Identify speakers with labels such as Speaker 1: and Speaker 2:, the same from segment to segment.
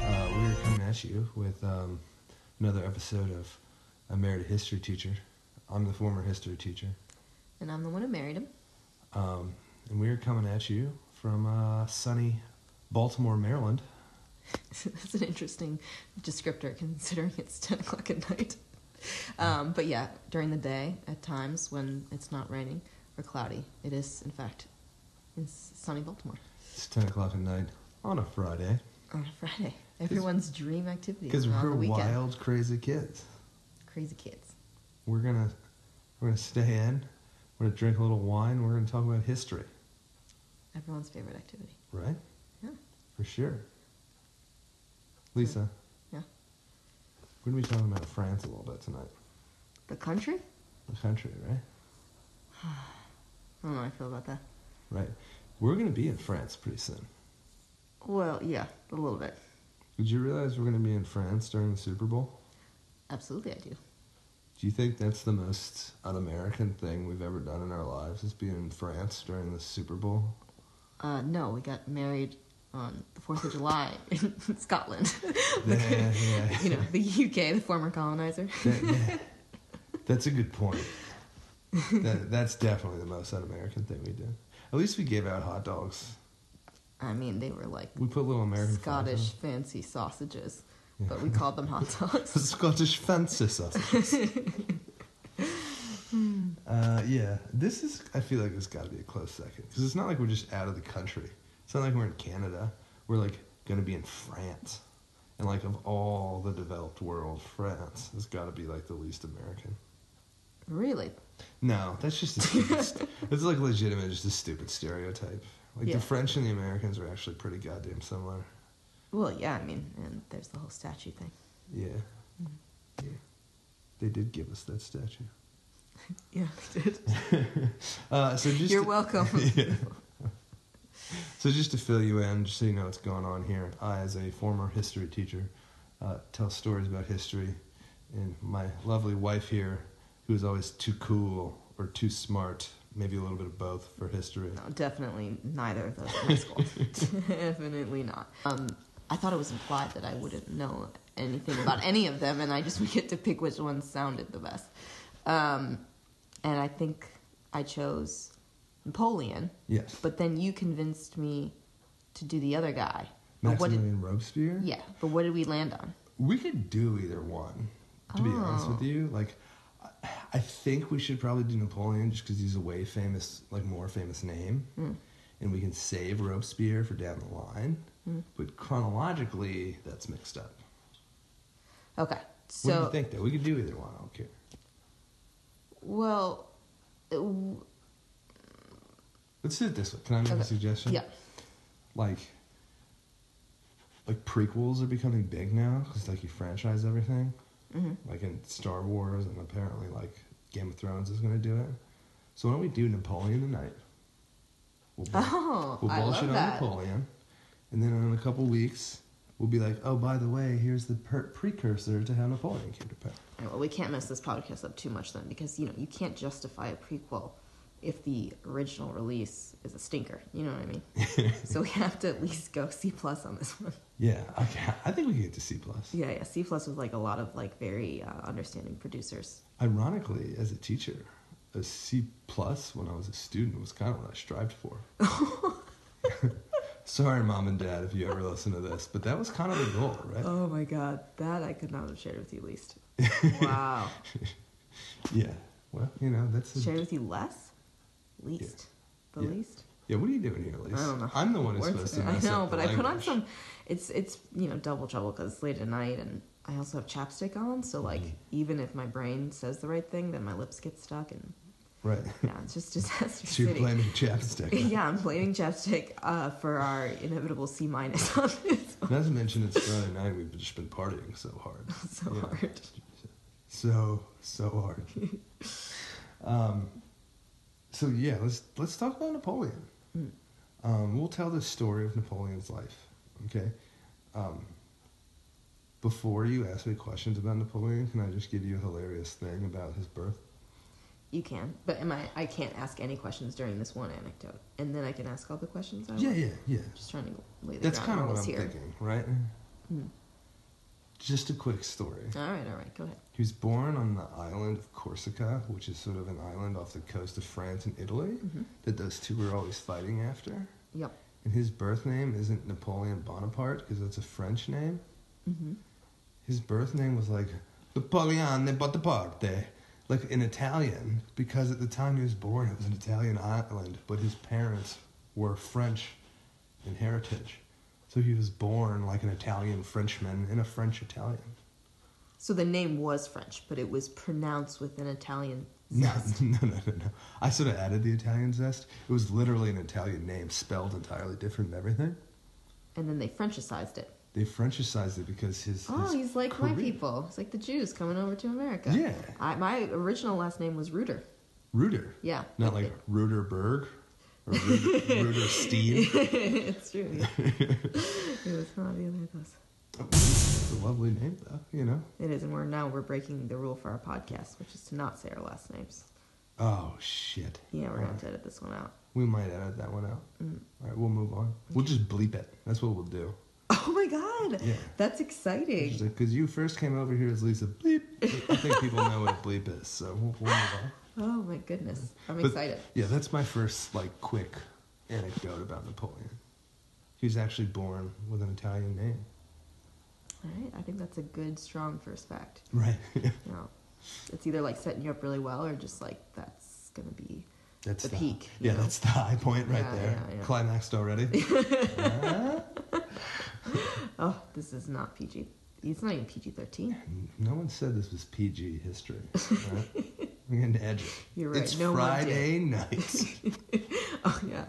Speaker 1: Uh, at you with um, another episode of I Married a History Teacher. I'm the former history teacher,
Speaker 2: And I'm the one who married him.
Speaker 1: um, and we're coming at you from uh, sunny Baltimore, Maryland.
Speaker 2: That's an interesting descriptor considering it's 10 o'clock at night. Um, but yeah, during the day, at times when it's not raining or cloudy, it is, in fact, in s- sunny Baltimore
Speaker 1: It's 10 o'clock at night on a Friday
Speaker 2: on a Friday. Everyone's dream activity
Speaker 1: because
Speaker 2: on
Speaker 1: we're
Speaker 2: the weekend.
Speaker 1: wild, crazy kids.
Speaker 2: Crazy kids.
Speaker 1: We're gonna we're gonna stay in. We're gonna drink a little wine. We're gonna talk about history,
Speaker 2: Everyone's favorite activity.
Speaker 1: right?
Speaker 2: Yeah.
Speaker 1: For sure. Lisa.
Speaker 2: Yeah.
Speaker 1: We're gonna be talking about France a little bit tonight.
Speaker 2: The country?
Speaker 1: The country, right?
Speaker 2: I don't know how I feel about that.
Speaker 1: Right. We're going to be in France pretty soon.
Speaker 2: Well, yeah, a little bit.
Speaker 1: Did you realize we're going to be in France during the Super Bowl?
Speaker 2: Absolutely, I do.
Speaker 1: Do you think that's the most un American thing we've ever done in our lives, is being in France during the Super Bowl?
Speaker 2: Uh, no, we got married on the 4th of July in Scotland.
Speaker 1: Yeah, yeah.
Speaker 2: you know, the UK, the former colonizer.
Speaker 1: That- that- that's a good point. That, that's definitely the most un American thing we did. At least we gave out hot dogs.
Speaker 2: I mean, they were like
Speaker 1: We put little American flags on
Speaker 2: Scottish
Speaker 1: them.
Speaker 2: fancy sausages,
Speaker 1: Yeah.
Speaker 2: but we called them hot dogs.
Speaker 1: Scottish fancy sausages. uh, yeah, this is. I feel like this got to be a close second because it's not like we're just out of the country. It's not like we're in Canada. We're like going to be in France, and like of all the developed world, France has got to be like the least American.
Speaker 2: really?
Speaker 1: No, that's just the stupidest. it's like legitimate, just a stupid stereotype. Like
Speaker 2: Yeah.
Speaker 1: the French and the Americans are actually pretty goddamn similar.
Speaker 2: Well, yeah, I mean, and there's the whole statue thing.
Speaker 1: Yeah, yeah. They did give us that statue.
Speaker 2: Yeah, I did.
Speaker 1: Uh, so just
Speaker 2: You're
Speaker 1: to-
Speaker 2: welcome.
Speaker 1: Yeah. So just to fill you in, just so you know what's going on here, I, as a former history teacher, uh, tell stories about history, and my lovely wife here, who is always too cool or too smart, maybe a little bit of both for history.
Speaker 2: No, definitely neither of those in high school. definitely not. Um, I thought it was implied that I wouldn't know anything about any of them, and I just would get to pick which one sounded the best. Um, and I think I chose Napoleon,
Speaker 1: Yes,
Speaker 2: but then you convinced me to do the other guy. But what did-
Speaker 1: Maximilian Robespierre.
Speaker 2: yeah, but what did we land on?
Speaker 1: We could do either one, to be honest
Speaker 2: Oh.
Speaker 1: with you. Like, I- I think we should probably do Napoleon just because he's a way famous, like, more famous name.
Speaker 2: Hmm.
Speaker 1: And we can save Robespierre for down the line.
Speaker 2: Hmm.
Speaker 1: But chronologically, that's mixed up.
Speaker 2: Okay,
Speaker 1: What do
Speaker 2: so
Speaker 1: you think, though? We could do either one. I don't care.
Speaker 2: well, uh, it w-
Speaker 1: Let's do it this way. Can I make
Speaker 2: Okay.
Speaker 1: a suggestion?
Speaker 2: yeah,
Speaker 1: Like, like prequels are becoming big now because, like, you franchise everything.
Speaker 2: hmm
Speaker 1: like in Star Wars, and apparently like Game of Thrones is going to do it. So why don't we do Napoleon tonight? We'll, bu-
Speaker 2: Oh,
Speaker 1: we'll
Speaker 2: I love
Speaker 1: bullshit on
Speaker 2: that.
Speaker 1: Napoleon, and then in a couple weeks we'll be like, oh, by the way, here's the per- precursor to how Napoleon came to power.
Speaker 2: All right, well, we can't mess this podcast up too much then, because you know you can't justify a prequel if the original release is a stinker. You know what I mean? so we have to at least go C plus on this one.
Speaker 1: Yeah, okay. I think we can get to C plus.
Speaker 2: Yeah, yeah. C plus was like a lot of like very uh, understanding producers.
Speaker 1: Ironically, as a teacher, a C plus when I was a student was kind of what I strived for. Sorry, mom and dad, if you ever listen to this, but that was kind of the goal, right?
Speaker 2: Oh my god, that I could not have shared with you least. Wow,
Speaker 1: Yeah. Well, you know, that's a,
Speaker 2: shared with you less, least, the
Speaker 1: Yeah.
Speaker 2: least.
Speaker 1: Yeah, what are you doing here, Lisa?
Speaker 2: I don't know.
Speaker 1: am the one who's
Speaker 2: Words-
Speaker 1: supposed to. Mess
Speaker 2: I know,
Speaker 1: up the
Speaker 2: but I put on
Speaker 1: language.
Speaker 2: some. It's it's you know double trouble because it's late at night, and I also have chapstick on. So like
Speaker 1: Mm-hmm.
Speaker 2: even if my brain says the right thing, then my lips get stuck, and
Speaker 1: Right.
Speaker 2: yeah, it's just disaster
Speaker 1: So you're
Speaker 2: city.
Speaker 1: blaming chapstick.
Speaker 2: yeah, I'm blaming chapstick uh, for our inevitable C minus on this.
Speaker 1: Not to mention it's Friday night. We've just been partying so hard.
Speaker 2: So
Speaker 1: Yeah.
Speaker 2: hard.
Speaker 1: So so hard. um, so yeah, let's let's talk about Napoleon.
Speaker 2: Mm.
Speaker 1: Um, we'll tell the story of Napoleon's life. Okay. Um, before you ask me questions about Napoleon, can I just give you a hilarious thing about his birth?
Speaker 2: You can, but am I? I can't ask any questions during this one anecdote, and then I can ask all the questions. I
Speaker 1: Yeah,
Speaker 2: want.
Speaker 1: yeah, yeah.
Speaker 2: Just trying to lay Oh. the
Speaker 1: That's kind
Speaker 2: ground
Speaker 1: of what
Speaker 2: rules
Speaker 1: I'm
Speaker 2: here.
Speaker 1: thinking, right?
Speaker 2: Mm.
Speaker 1: Just a quick story.
Speaker 2: All right, all right, go ahead.
Speaker 1: He was born on the island of Corsica, which is sort of an island off the coast of France and Italy
Speaker 2: Mhm.
Speaker 1: that those two were always fighting after.
Speaker 2: Yep.
Speaker 1: And his birth name isn't Napoleon Bonaparte because that's a French name.
Speaker 2: Mm-hmm.
Speaker 1: His birth name was like Napoleone Bonaparte, like in Italian, because at the time he was born, it was an Italian island, but his parents were French in heritage. So he was born like an Italian Frenchman in a French Italian.
Speaker 2: So the name was French, but it was pronounced with an Italian
Speaker 1: No,
Speaker 2: zest.
Speaker 1: no, no, no, no. I sort of added the Italian zest. It was literally an Italian name spelled entirely different and everything.
Speaker 2: and then they Frenchicized it.
Speaker 1: They Frenchicized it because his.
Speaker 2: Oh,
Speaker 1: his
Speaker 2: he's like my
Speaker 1: career-
Speaker 2: people. He's like the Jews coming over to America.
Speaker 1: Yeah.
Speaker 2: I, my original last name was Reuter.
Speaker 1: Reuter.
Speaker 2: Yeah.
Speaker 1: Not like Reuter Berg or Reuter Steen.
Speaker 2: it's true. Yeah. it was not the other of those.
Speaker 1: It's a lovely name, though, you know?
Speaker 2: It is, and we're now we're breaking the rule for our podcast, which is to not say our last names.
Speaker 1: Oh, shit.
Speaker 2: Yeah, we're
Speaker 1: All
Speaker 2: gonna have
Speaker 1: right.
Speaker 2: to edit this one out.
Speaker 1: We might edit that one out.
Speaker 2: Mm.
Speaker 1: All right, we'll move on. We'll just bleep it. That's what we'll do.
Speaker 2: Oh my god,
Speaker 1: Yeah.
Speaker 2: that's exciting.
Speaker 1: Because you first came over here as Lisa Bleep. I think people know what a bleep is, so we'll, we'll move on.
Speaker 2: Oh my goodness, I'm
Speaker 1: But-
Speaker 2: excited.
Speaker 1: Yeah, that's my first like quick anecdote about Napoleon. He was actually born with an Italian name.
Speaker 2: All right, I think that's a good, strong first fact.
Speaker 1: Right.
Speaker 2: No, it's either like setting you up really well, or just like that's gonna be
Speaker 1: that's
Speaker 2: The peak,
Speaker 1: Yeah,
Speaker 2: yeah.
Speaker 1: that's the high point right
Speaker 2: Yeah,
Speaker 1: there.
Speaker 2: yeah, yeah.
Speaker 1: Climaxed already. Ah,
Speaker 2: oh, this is not PG. It's not even PG thirteen.
Speaker 1: no one said this was PG history. Right? We're gonna edge it.
Speaker 2: You're right.
Speaker 1: It's
Speaker 2: no
Speaker 1: Friday night.
Speaker 2: One did. Oh yeah,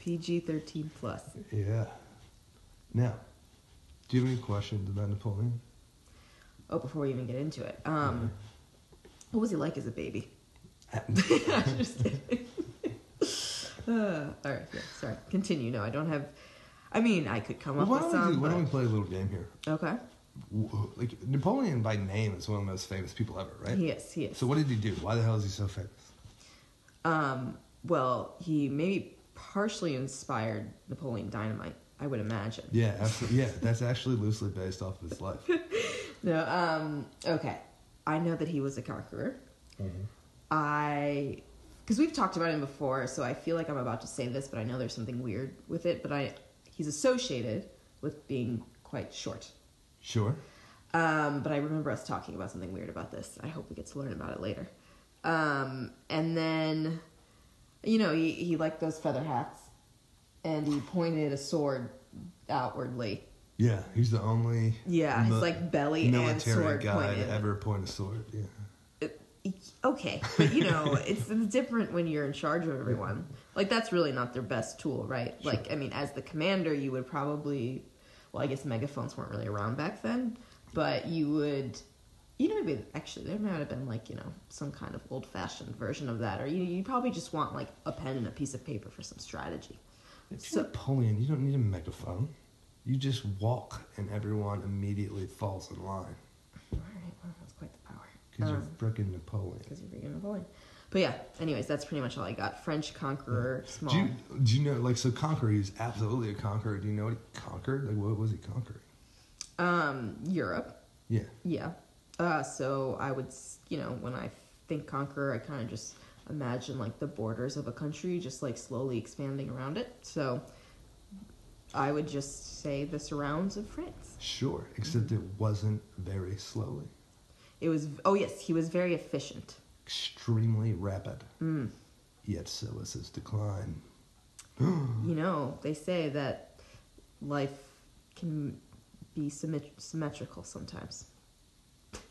Speaker 2: PG thirteen plus.
Speaker 1: yeah. Now, do you have any questions about Napoleon?
Speaker 2: Oh, before we even get into it, um, what was he like as a baby? I'm just kidding. uh, all right, yeah, sorry. Continue. No, I don't have. I mean, I could come
Speaker 1: Well,
Speaker 2: up
Speaker 1: why don't
Speaker 2: with
Speaker 1: we
Speaker 2: some.
Speaker 1: do- why don't we
Speaker 2: but-
Speaker 1: play a little game here?
Speaker 2: Okay.
Speaker 1: Wh- Like Napoleon by name is one of the most famous people ever, right?
Speaker 2: He is. He is.
Speaker 1: So what did he do? Why the hell is he so famous?
Speaker 2: Um, well, he maybe partially inspired Napoleon Dynamite, I would imagine.
Speaker 1: Yeah, absolutely. Yeah, that's actually loosely based off of his life.
Speaker 2: No, um, okay. I know that he was a conqueror.
Speaker 1: Mm-hmm.
Speaker 2: I, because we've talked about him before, so I feel like I'm about to say this, but I know there's something weird with it. But I, he's associated with being quite short.
Speaker 1: Sure.
Speaker 2: Um, but I remember us talking about something weird about this. I hope we get to learn about it later. Um, and then, you know, he, he liked those feather hats, and he pointed a sword outwardly.
Speaker 1: Yeah, he's the only
Speaker 2: Yeah, his
Speaker 1: mi-
Speaker 2: like belly and
Speaker 1: military
Speaker 2: sword
Speaker 1: guy
Speaker 2: pointed.
Speaker 1: to ever point a sword. Yeah.
Speaker 2: Uh, okay, but you know, it's, it's different when you're in charge of everyone. Like that's really not their best tool, right? Like I mean, as the commander, you would probably, well, I guess megaphones weren't really around back then, but you would, you know, maybe actually there might have been like you know some kind of old fashioned version of that, or you you probably just want like a pen and a piece of paper for some strategy.
Speaker 1: If
Speaker 2: So-
Speaker 1: you're Napoleon, you don't need a megaphone. You just walk, and everyone immediately falls in line
Speaker 2: All right, well, that's quite the power.
Speaker 1: because
Speaker 2: Um,
Speaker 1: you're freaking Napoleon.
Speaker 2: because you're freaking Napoleon. But yeah, anyways, that's pretty much all I got. French conqueror, small.
Speaker 1: Do you, do you know like so conqueror? He was absolutely a conqueror. Do you know what he conquered? Like what was he conquering?
Speaker 2: um, Europe.
Speaker 1: Yeah.
Speaker 2: Yeah. Uh, so I would, s- you know, when I think conquer, I kind of just imagine like the borders of a country just like slowly expanding around it. So I would just say the surrounds of France.
Speaker 1: Sure. Except
Speaker 2: Mm-hmm.
Speaker 1: it wasn't very slowly.
Speaker 2: It was, oh yes, he was very efficient.
Speaker 1: Extremely rapid.
Speaker 2: Mm.
Speaker 1: Yet so was his decline.
Speaker 2: You know, they say that life can be symmet- symmetrical sometimes.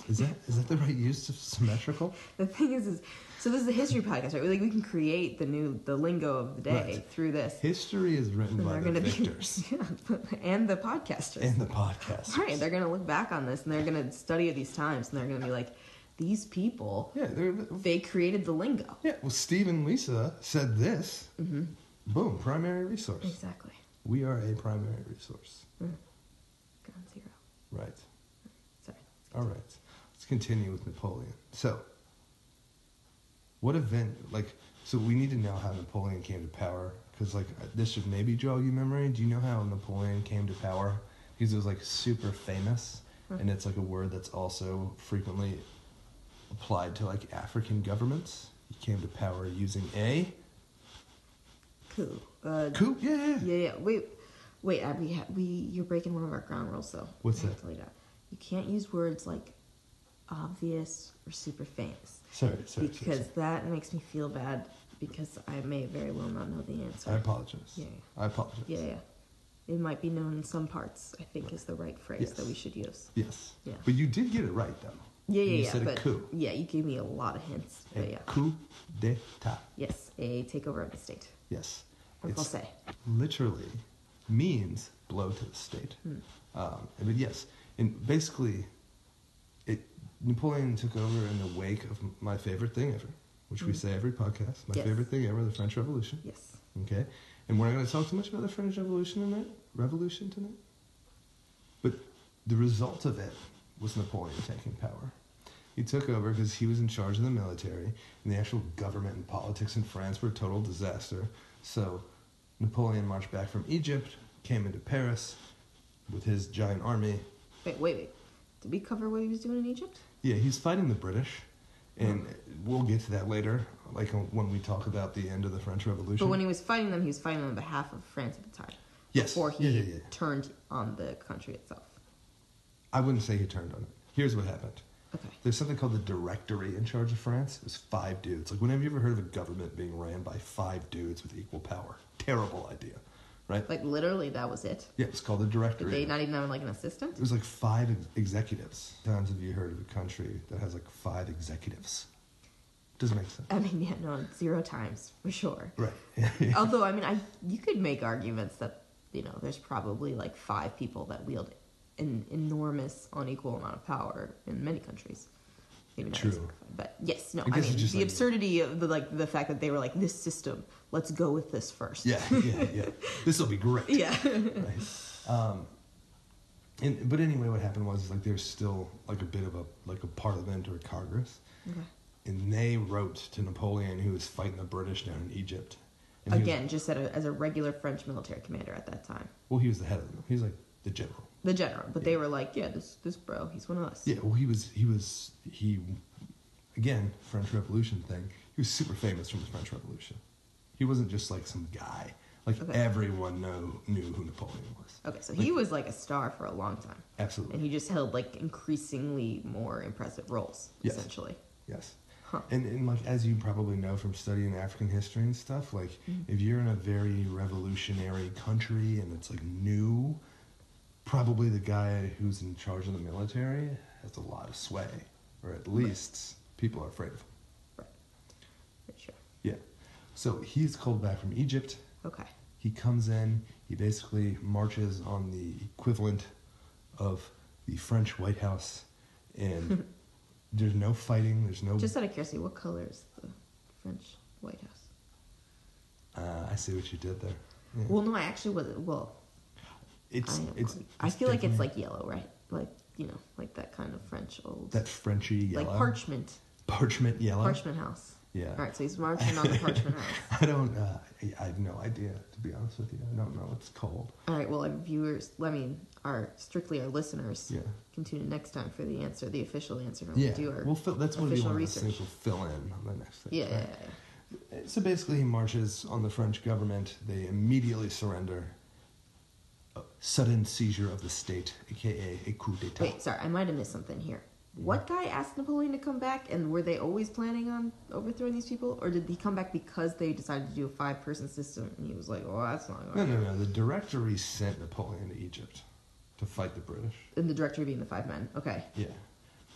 Speaker 1: Is that is that the right use of symmetrical?
Speaker 2: The thing is, is so this is a history podcast, right? Like we can create the new the lingo of the day
Speaker 1: Right.
Speaker 2: through this.
Speaker 1: History is written
Speaker 2: And
Speaker 1: by
Speaker 2: they're
Speaker 1: the
Speaker 2: gonna
Speaker 1: victors
Speaker 2: be yeah, and the podcasters.
Speaker 1: and the podcasters.
Speaker 2: right, they're gonna look back on this and they're gonna study these times and they're gonna be like, these people,
Speaker 1: yeah, they're,
Speaker 2: they created the lingo.
Speaker 1: yeah. Well, Steve and Lisa said this.
Speaker 2: Mm-hmm.
Speaker 1: Boom, primary resource.
Speaker 2: Exactly.
Speaker 1: We are a primary resource.
Speaker 2: Ground zero.
Speaker 1: Right.
Speaker 2: Sorry.
Speaker 1: All right. Let's continue with Napoleon. So, what event? Like, so we need to know how Napoleon came to power because, like, uh, this should maybe jog your memory. Do you know how Napoleon came to power? Because it was like super famous,
Speaker 2: Hmm.
Speaker 1: and it's like a word that's also frequently applied to like African governments. He came to power using a
Speaker 2: Cool. Uh,
Speaker 1: coup. Yeah, yeah, yeah.
Speaker 2: Yeah, yeah. Wait, wait. Ab, we ha- we you're breaking one of our ground rules though.
Speaker 1: What's
Speaker 2: I have
Speaker 1: that?
Speaker 2: to leave out. You can't use words like obvious or super famous
Speaker 1: Sorry, sorry, sorry,
Speaker 2: because
Speaker 1: sorry.
Speaker 2: that makes me feel bad because I may very well not know the answer.
Speaker 1: I apologize.
Speaker 2: Yeah.
Speaker 1: I apologize.
Speaker 2: Yeah, yeah. It might be known in some parts. I think is the right phrase
Speaker 1: Yes.
Speaker 2: that we should use.
Speaker 1: Yes.
Speaker 2: Yeah.
Speaker 1: But you did get it right though.
Speaker 2: Yeah,
Speaker 1: And
Speaker 2: yeah,
Speaker 1: you
Speaker 2: yeah.
Speaker 1: said a
Speaker 2: but
Speaker 1: coup.
Speaker 2: yeah, you gave me a lot of hints.
Speaker 1: A
Speaker 2: But yeah,
Speaker 1: coup d'état.
Speaker 2: yes, a takeover of the state.
Speaker 1: Yes.
Speaker 2: Or
Speaker 1: It's-
Speaker 2: Jose.
Speaker 1: literally means blow to the state.
Speaker 2: Hmm.
Speaker 1: Um, but yes, and basically, it Napoleon took over in the wake of my favorite thing ever, which we
Speaker 2: Mm.
Speaker 1: say every podcast. My
Speaker 2: Yes.
Speaker 1: favorite thing ever, the French Revolution.
Speaker 2: Yes.
Speaker 1: Okay, and we're not going to talk too much about the French Revolution tonight. Revolution tonight, but the result of it was Napoleon taking power. He took over because he was in charge of the military, and the actual government and politics in France were a total disaster. So Napoleon marched back from Egypt, came into Paris with his giant army.
Speaker 2: Wait, wait, wait. Did we cover what he was doing in Egypt?
Speaker 1: Yeah, he's fighting the British, and we'll get to that later, like when we talk about the end of the French Revolution.
Speaker 2: But when he was fighting them, he was fighting on behalf of France at the time.
Speaker 1: Yes.
Speaker 2: Before he
Speaker 1: Yeah, yeah, yeah.
Speaker 2: turned on the country itself.
Speaker 1: I wouldn't say he turned on it. Here's what happened.
Speaker 2: Okay.
Speaker 1: There's something called the Directory in charge of France. It was five dudes. Like, when have you ever heard of a government being ran by five dudes with equal power? Terrible idea, right?
Speaker 2: Like literally, that was it.
Speaker 1: yeah, it's called the
Speaker 2: Did
Speaker 1: Directory.
Speaker 2: they not even have like an assistant?
Speaker 1: It was like five ex- executives. Times have you heard of a country that has like five executives? Doesn't make sense.
Speaker 2: I mean, yeah, no, zero times for sure.
Speaker 1: Right.
Speaker 2: Although, I mean, I you could make arguments that you know there's probably like five people that wield an enormous, unequal amount of power in many countries. Maybe not
Speaker 1: True.
Speaker 2: as- but yes, no.
Speaker 1: I
Speaker 2: I,
Speaker 1: guess
Speaker 2: mean,
Speaker 1: it's just
Speaker 2: the
Speaker 1: like-
Speaker 2: absurdity of the like the fact that they were like this system. Let's go with this first.
Speaker 1: yeah, yeah, yeah. This will be great.
Speaker 2: Yeah.
Speaker 1: right? Um, and, but anyway, what happened was like there's still like a bit of a like a parliament or Congress,
Speaker 2: Okay.
Speaker 1: and they wrote to Napoleon, who was fighting the British down in Egypt. And he was-
Speaker 2: Again, just at a, as a regular French military commander at that time,
Speaker 1: well, he was the head of them. He was like the general.
Speaker 2: the general. But they
Speaker 1: Yeah.
Speaker 2: were like, yeah, this this bro, he's one of us.
Speaker 1: Yeah, well, he was he was he again French Revolution thing. He was super famous from the French Revolution. He wasn't just like some guy. Like
Speaker 2: Okay.
Speaker 1: everyone know knew who Napoleon was.
Speaker 2: Okay, so he was like a star for a long time,
Speaker 1: Absolutely.
Speaker 2: and he just held like increasingly more impressive roles,
Speaker 1: Yes.
Speaker 2: essentially.
Speaker 1: Yes.
Speaker 2: Huh.
Speaker 1: And, and like as you probably know from studying African history and stuff, like
Speaker 2: Mm-hmm.
Speaker 1: if you're in a very revolutionary country and it's like new, probably the guy who's in charge of the military has a lot of sway, or at least people are afraid of him.
Speaker 2: Right. Pretty sure.
Speaker 1: Yeah. So he's called back from Egypt.
Speaker 2: Okay.
Speaker 1: He comes in. He basically marches on the equivalent of the French White House, and there's no fighting. There's no
Speaker 2: Just out of curiosity, what color is the French White House?
Speaker 1: Uh, I see what you did there. Yeah.
Speaker 2: Well, no, I actually was. Well,
Speaker 1: it's,
Speaker 2: I am.
Speaker 1: it's,
Speaker 2: like- I
Speaker 1: it's
Speaker 2: feel like it's
Speaker 1: definitely
Speaker 2: like yellow, right? Like you know, like that kind of French old,
Speaker 1: that Frenchy yellow,
Speaker 2: like parchment,
Speaker 1: parchment yellow.
Speaker 2: parchment house.
Speaker 1: Yeah.
Speaker 2: All right, so he's marching on the parchment house.
Speaker 1: I don't. Uh, I- I have no idea to be honest with you. I don't know. It's cold.
Speaker 2: All right, well, our viewers, I mean, our strictly our listeners,
Speaker 1: Yeah.
Speaker 2: can tune in next time for the answer, the official answer. when we
Speaker 1: Yeah.
Speaker 2: do our,
Speaker 1: we'll fill. That's what we
Speaker 2: official
Speaker 1: want.
Speaker 2: research.
Speaker 1: Things we'll fill in on the next thing.
Speaker 2: yeah, yeah,
Speaker 1: right?
Speaker 2: yeah,
Speaker 1: So basically, he marches on the French government. They immediately surrender. A sudden seizure of the state, aka a coup d'état.
Speaker 2: Wait, sorry, I might have missed something here. What guy asked Napoleon to come back, and were they always planning on overthrowing these people, or did he come back because they decided to do a five-person system, and he was like, "Oh, that's not
Speaker 1: No,
Speaker 2: going."
Speaker 1: no, no. The Directory sent Napoleon to Egypt to fight the British.
Speaker 2: And the director being the five men. Okay,
Speaker 1: Yeah,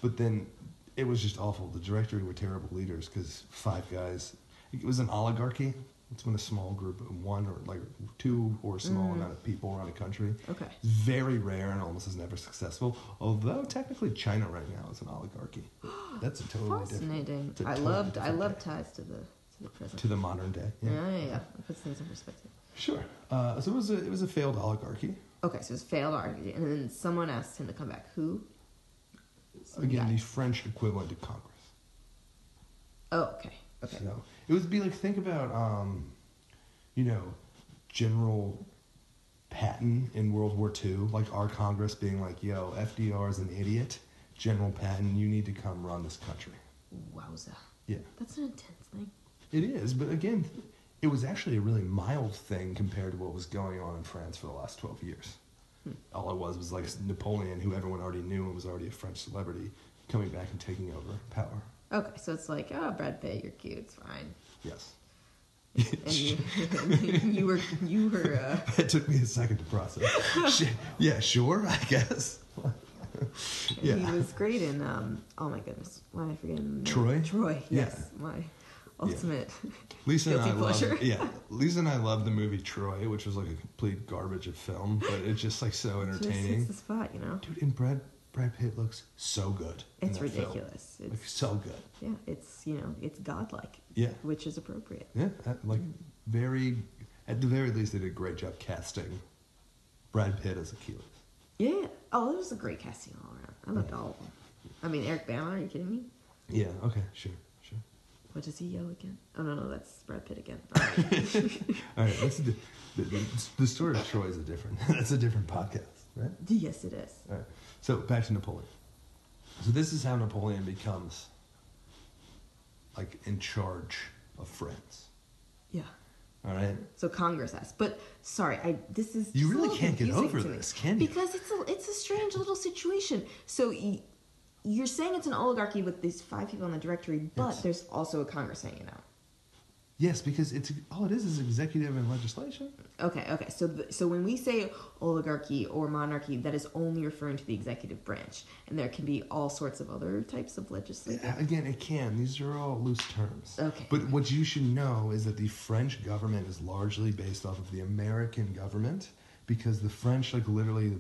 Speaker 1: but then it was just awful. The directory were terrible leaders because five guys. It was an oligarchy. It's when a small group, one or like two or a small amount of people run a country.
Speaker 2: okay,
Speaker 1: It's very rare and almost is never successful. Although technically, China right now is an oligarchy. That's a totally Oh, different
Speaker 2: fascinating.
Speaker 1: it's a
Speaker 2: I
Speaker 1: totally
Speaker 2: loved, I
Speaker 1: different
Speaker 2: love
Speaker 1: day.
Speaker 2: ties to the to the present.
Speaker 1: to the modern day.
Speaker 2: yeah,
Speaker 1: Yeah,
Speaker 2: yeah, yeah. It puts things in perspective.
Speaker 1: sure. Uh, so it was a, it was a failed oligarchy.
Speaker 2: Okay, so it's failed argument, and then someone asked him to come back. Who? Some
Speaker 1: Again,
Speaker 2: guy.
Speaker 1: the French equivalent to Congress.
Speaker 2: Oh, okay, okay.
Speaker 1: So it would be like think about um, you know, General Patton in World War II, like our Congress being like, yo, FDR is an idiot. General Patton, you need to come run this country.
Speaker 2: Wowza.
Speaker 1: Yeah.
Speaker 2: That's an intense thing.
Speaker 1: It is, but again, it was actually a really mild thing compared to what was going on in France for the last 12 years.
Speaker 2: Hmm.
Speaker 1: All it was was like Napoleon, who everyone already knew and was already a French celebrity, coming back and taking over power.
Speaker 2: Okay, so it's like, oh, Brad Pitt, you're cute, it's fine.
Speaker 1: Yes.
Speaker 2: And you, you were, you were, uh,
Speaker 1: That took me a second to process. Sh- yeah, sure, I guess. Yeah.
Speaker 2: he was great in, um, oh my goodness, why am I forgetting? the name?
Speaker 1: Troy?
Speaker 2: Troy,
Speaker 1: Yeah.
Speaker 2: yes, my ultimate.
Speaker 1: Lisa and I
Speaker 2: Guilty pleasure.
Speaker 1: love yeah. Lisa and I love the movie Troy, which was like a complete garbage of film, but it's just like so
Speaker 2: Just
Speaker 1: entertaining.
Speaker 2: hits the spot, you know.
Speaker 1: Dude, and Brad Brad Pitt looks so good. in
Speaker 2: It's
Speaker 1: that film.
Speaker 2: ridiculous.
Speaker 1: Like
Speaker 2: It's
Speaker 1: so good.
Speaker 2: yeah, it's you know, it's godlike,
Speaker 1: Yeah.
Speaker 2: which is appropriate.
Speaker 1: Yeah. that, Like very at the very least they did a great job casting Brad Pitt as Achilles.
Speaker 2: Yeah. Oh, it was a great casting all around. I loved all of them. I mean, Eric Bana, are you kidding me?
Speaker 1: Yeah, okay, sure, sure.
Speaker 2: What does he yell again? Oh no, no, that's Brad Pitt again. All right.
Speaker 1: Alright, that's a di- the, the, the story of Troy is a different that's a different podcast, right?
Speaker 2: yes, it is.
Speaker 1: All right. So back to Napoleon. So this is how Napoleon becomes like in charge of France.
Speaker 2: Yeah.
Speaker 1: All right.
Speaker 2: So Congress has, but sorry, I this is
Speaker 1: You
Speaker 2: just a
Speaker 1: really
Speaker 2: little
Speaker 1: can't get
Speaker 2: confusing
Speaker 1: over
Speaker 2: to me.
Speaker 1: this, can you?
Speaker 2: Because it's a it's a strange little situation. So. Y- you're saying it's an oligarchy with these five people on the directory, but
Speaker 1: Yes.
Speaker 2: there's also a Congress hanging out.
Speaker 1: Yes, because it's all it is is executive and legislation.
Speaker 2: Okay, okay. So, th- so when we say oligarchy or monarchy, that is only referring to the executive branch, and there can be all sorts of other types of legislative.
Speaker 1: Again, it can. These are all loose terms.
Speaker 2: Okay.
Speaker 1: But what you should know is that the French government is largely based off of the American government because the French, like literally,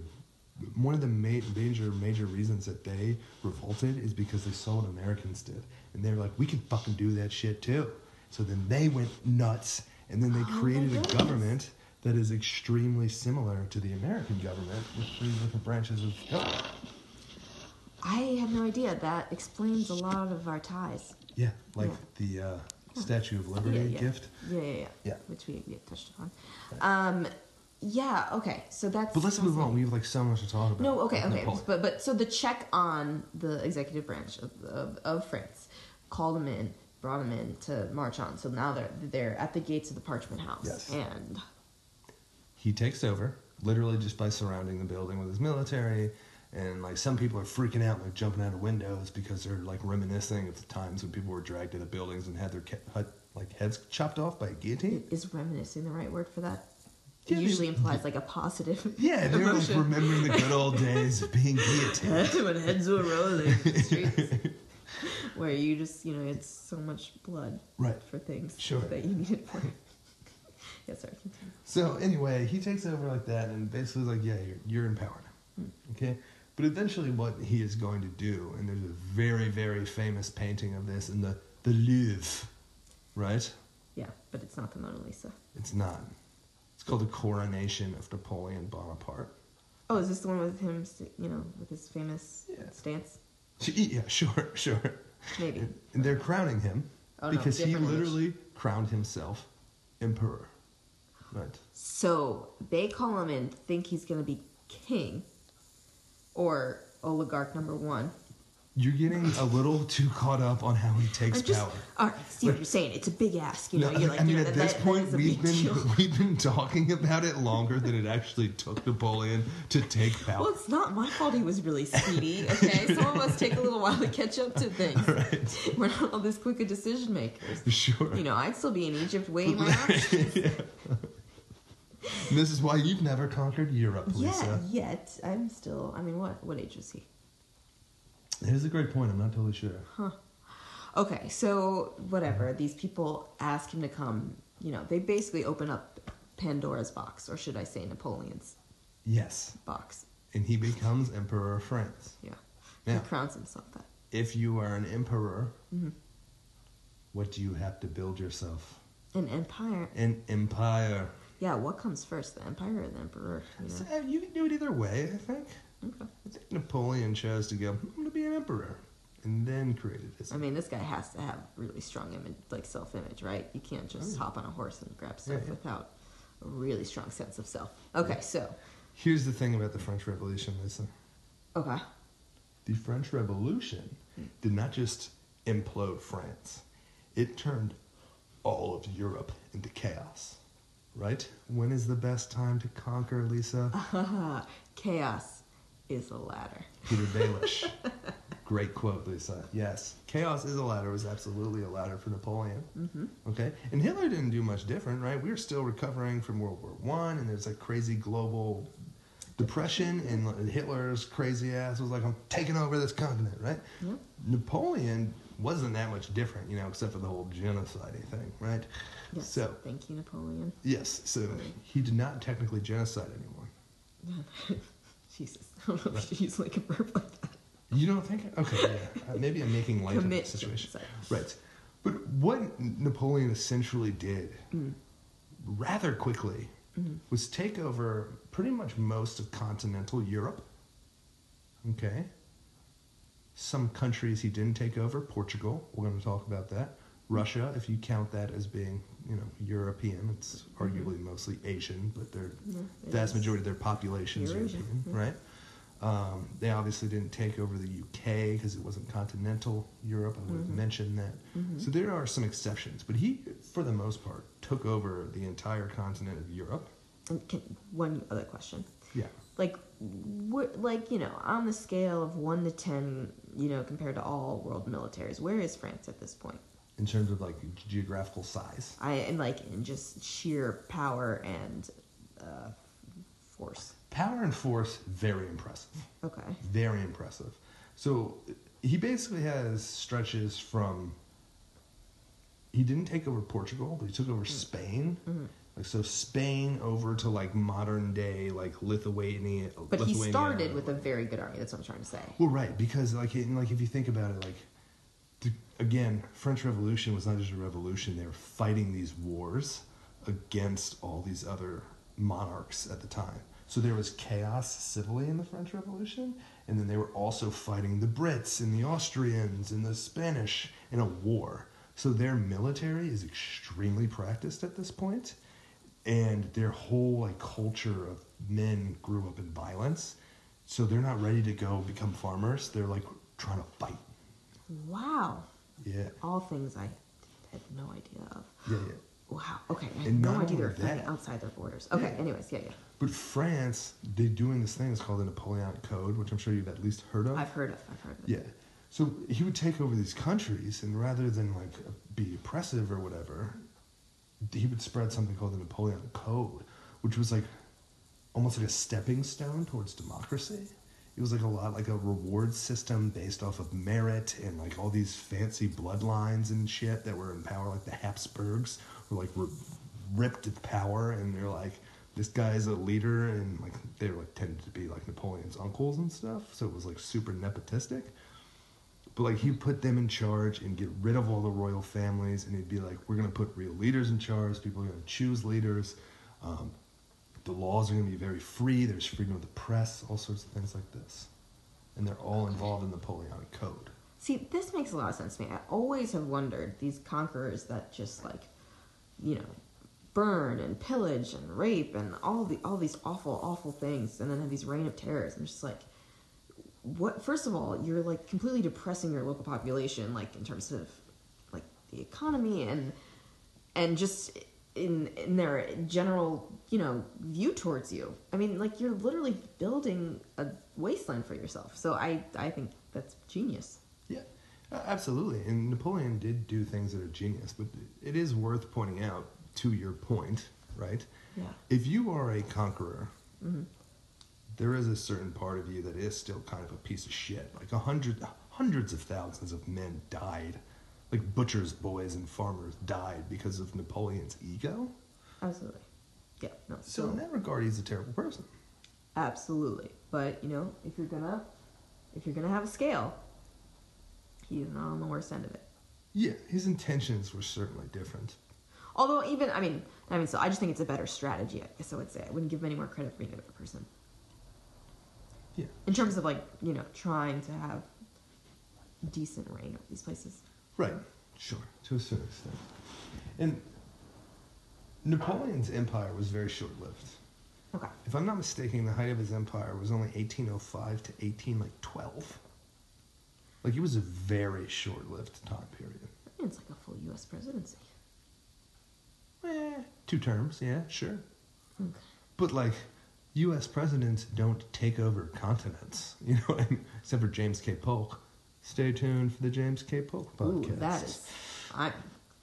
Speaker 1: one of the ma- major major reasons that they revolted is because they saw what Americans did, and they were like, we can fucking do that shit too. So then they went nuts, and then they
Speaker 2: Oh my
Speaker 1: created a
Speaker 2: goodness.
Speaker 1: government that is extremely similar to the American government with three different branches of government.
Speaker 2: I had no idea. That explains a lot of our ties.
Speaker 1: Yeah, like the uh, Statue of Liberty
Speaker 2: yeah, yeah.
Speaker 1: gift.
Speaker 2: Yeah, yeah, yeah.
Speaker 1: Yeah.
Speaker 2: Which we yeah, touched upon. Um, yeah. Okay. So that's.
Speaker 1: But let's move on. We have like so much to talk about.
Speaker 2: No. Okay.
Speaker 1: with
Speaker 2: Okay.
Speaker 1: Napoleon.
Speaker 2: But but so the check on the executive branch of of, of France called them in, brought them in to march on. So now they're they're at the gates of the Parchment House,
Speaker 1: Yes.
Speaker 2: and
Speaker 1: He takes over, literally just by surrounding the building with his military. And like some people are freaking out, like jumping out of windows because they're like reminiscing of the times when people were dragged out of buildings and had their ca- hut, like heads chopped off by a guillotine.
Speaker 2: is reminiscing the right word for that? It
Speaker 1: Yeah, they-
Speaker 2: usually implies like a positive
Speaker 1: Yeah, they're like
Speaker 2: emotion
Speaker 1: remembering the good old days of being guillotined.
Speaker 2: when heads were rolling in the streets, where you just you know it's so much blood
Speaker 1: Right.
Speaker 2: for things
Speaker 1: Sure.
Speaker 2: that you needed for. yeah, sorry. continue.
Speaker 1: So anyway, he takes over like that, and basically like, yeah, you're, you're in power now,
Speaker 2: Hmm.
Speaker 1: okay. But eventually, what he is going to do, and there's a very very famous painting of this in the the Louvre, right?
Speaker 2: Yeah, but it's not the Mona Lisa.
Speaker 1: It's not. It's called the Coronation of Napoleon Bonaparte.
Speaker 2: Oh, is this the one with him? st- You know, with his famous
Speaker 1: Yeah.
Speaker 2: stance.
Speaker 1: Yeah, sure, sure.
Speaker 2: Maybe.
Speaker 1: And and they're crowning him
Speaker 2: Oh, no,
Speaker 1: because he
Speaker 2: different image.
Speaker 1: literally crowned himself emperor, right?
Speaker 2: So they call him and think he's going to be king, or oligarch number one.
Speaker 1: You're getting a little too caught up on how he takes
Speaker 2: I'm just,
Speaker 1: power.
Speaker 2: all right, see what you're saying. It's a big ask, you know.
Speaker 1: No,
Speaker 2: you're like,
Speaker 1: I mean,
Speaker 2: you know,
Speaker 1: at
Speaker 2: that-
Speaker 1: this
Speaker 2: that- that
Speaker 1: point,
Speaker 2: is a
Speaker 1: we've
Speaker 2: big
Speaker 1: been
Speaker 2: deal.
Speaker 1: we've been talking about it longer than it actually took Napoleon to take power.
Speaker 2: Well, it's not my fault he was really speedy, okay? Some of us take a little while to catch up to things. We're not all this quick a decision makers.
Speaker 1: sure.
Speaker 2: You know, I'd still be in Egypt weighing my options.
Speaker 1: And this is why you've never conquered Europe,
Speaker 2: yeah,
Speaker 1: Lisa.
Speaker 2: yet I'm still. I mean, what what age was he?
Speaker 1: Here's a great point. I'm not totally sure.
Speaker 2: Okay, so whatever. These people ask him to come. You know, they basically open up Pandora's box, or should I say Napoleon's
Speaker 1: Yes,
Speaker 2: box?
Speaker 1: and he becomes emperor of France.
Speaker 2: Yeah.
Speaker 1: Yeah.
Speaker 2: He crowns himself that.
Speaker 1: If you are an emperor,
Speaker 2: Mm-hmm.
Speaker 1: what do you have to build yourself?
Speaker 2: An empire.
Speaker 1: An empire.
Speaker 2: Yeah, what comes first, the empire or the emperor? You know?
Speaker 1: So, uh, you can do it either way. I think.
Speaker 2: Okay.
Speaker 1: I think Napoleon chose to go. I'm going to be an emperor, and then created his.
Speaker 2: I mean, this guy has to have really strong image, like self-image, right? You can't just hop on a horse and grab stuff
Speaker 1: Mm. yeah.
Speaker 2: without a really strong sense of self. Okay, so
Speaker 1: Here's the thing about the French Revolution, Lisa.
Speaker 2: okay,
Speaker 1: The French Revolution did not just implode France, it turned all of Europe into chaos. Right? When is the best time to conquer, Lisa?
Speaker 2: Uh, chaos is a ladder.
Speaker 1: Peter Baelish. Great quote, Lisa. Yes. Chaos is a ladder, was absolutely a ladder for Napoleon. Mm-hmm. Okay? And Hitler didn't do much different, right? We were still recovering from World War One, and there's a crazy global depression, and Hitler's crazy ass was like, I'm taking over this continent, right?
Speaker 2: Yep.
Speaker 1: Napoleon wasn't that much different, you know, except for the whole genocide thing, right?
Speaker 2: Yes,
Speaker 1: So,
Speaker 2: thank you, Napoleon.
Speaker 1: yes, so he did not technically genocide anyone.
Speaker 2: Jesus, I don't know if you should use like a verb like that.
Speaker 1: You don't think? Okay, yeah. Uh, Maybe I'm making light of the
Speaker 2: Commit
Speaker 1: situation.
Speaker 2: genocide.
Speaker 1: Right. But what Napoleon essentially did rather quickly was take over pretty much most of continental Europe. Okay. Some countries he didn't take over, Portugal, we're going to talk about that. Russia, if you count that as being, you know, European, it's arguably mostly Asian, but their
Speaker 2: it
Speaker 1: vast
Speaker 2: is.
Speaker 1: majority of their population is
Speaker 2: Eurasia,
Speaker 1: European,
Speaker 2: yeah.
Speaker 1: right? Um, they obviously didn't take over the UK because it wasn't continental Europe. I would have mentioned that. So there are some exceptions, but he, for the most part, took over the entire continent of Europe.
Speaker 2: And can, one other question.
Speaker 1: Yeah.
Speaker 2: like what like you know on the scale of 1 to 10 you know compared to all world militaries where is france at this point
Speaker 1: In terms of like geographical size,
Speaker 2: i and like in just sheer power and uh, force
Speaker 1: power and force, very impressive.
Speaker 2: okay
Speaker 1: Very impressive. So he basically has stretches from. He didn't take over Portugal, but he took over
Speaker 2: Mm.
Speaker 1: Spain.
Speaker 2: Mm-hmm.
Speaker 1: Like so, Spain over to like modern day like Lithuania.
Speaker 2: but he
Speaker 1: Lithuania.
Speaker 2: started with a very good army that's what i'm trying to say
Speaker 1: Well, right, because like and, like if you think about it, like the, again, French Revolution was not just a revolution; they were fighting these wars against all these other monarchs at the time. So there was chaos civilly in the French Revolution, and then they were also fighting the Brits and the Austrians and the Spanish in a war. So their military is extremely practiced at this point, and their whole like culture of men grew up in violence. So they're not ready to go become farmers. They're like trying to fight.
Speaker 2: wow
Speaker 1: Yeah,
Speaker 2: all things i had no idea of
Speaker 1: yeah, yeah.
Speaker 2: wow okay i had
Speaker 1: And
Speaker 2: no
Speaker 1: not
Speaker 2: idea they
Speaker 1: only
Speaker 2: were fighting
Speaker 1: that-
Speaker 2: outside their borders okay
Speaker 1: Yeah.
Speaker 2: anyways yeah yeah
Speaker 1: But France, they're doing this thing that's called the Napoleonic Code, which I'm sure you've at least heard of.
Speaker 2: i've heard of i've heard of it.
Speaker 1: Yeah. So he would take over these countries, and rather than like be oppressive or whatever, he would spread something called the Napoleonic Code, which was like almost like a stepping stone towards democracy. It was like a lot like a reward system based off of merit and like all these fancy bloodlines and shit that were in power, like the Habsburgs were like re- ripped of power, and they're like, this guy is a leader, and like they were like tended to be like Napoleon's uncles and stuff, so it was like super nepotistic. But like he put them in charge and get rid of all the royal families, and he'd be like, "We're gonna put real leaders in charge. People are gonna choose leaders. Um, the laws are gonna be very free. There's freedom of the press, all sorts of things like this, and they're all involved in the Napoleonic Code.
Speaker 2: See, this makes a lot of sense to me. I always have wondered these conquerors that just like, you know, burn and pillage and rape and all the all these awful, awful things, and then have these reign of terrors. I'm just like, what? First of all, you're like completely depressing your local population, like in terms of like the economy and and just in in their general you know view towards you. I mean, like you're literally building a wasteland for yourself. So I I think that's genius.
Speaker 1: Yeah, a- absolutely. And Napoleon did do things that are genius, but it is worth pointing out to your point, right?
Speaker 2: Yeah.
Speaker 1: If you are a conqueror, there is a certain part of you that is still kind of a piece of shit. Like a hundred, hundreds of thousands of men died. Like butchers, boys, and farmers died because of Napoleon's ego.
Speaker 2: Absolutely. Yeah, no.
Speaker 1: So
Speaker 2: So
Speaker 1: in that regard, he's a terrible person.
Speaker 2: absolutely. But you know, if you're gonna if you're gonna have a scale, he's not on the worst end of it.
Speaker 1: Yeah, his intentions were certainly different.
Speaker 2: Although even I mean I mean so I just think it's a better strategy, I guess I would say. I wouldn't give him any more credit for being a better person.
Speaker 1: Yeah.
Speaker 2: In terms of like, you know, trying to have decent reign over these places.
Speaker 1: Right. Sure. To a certain extent. And Napoleon's empire was very short lived.
Speaker 2: Okay.
Speaker 1: If I'm not mistaken, the height of his empire was only 1805 to 18 like 12. Like it was a very short-lived time period.
Speaker 2: I mean, it's like a full U.S. presidency.
Speaker 1: Eh, two terms, yeah, sure.
Speaker 2: Okay.
Speaker 1: But like, U.S. presidents don't take over continents. You know what I mean? Except for James K. Polk. Stay tuned for the James K. Polk podcast.
Speaker 2: Ooh, that is. I,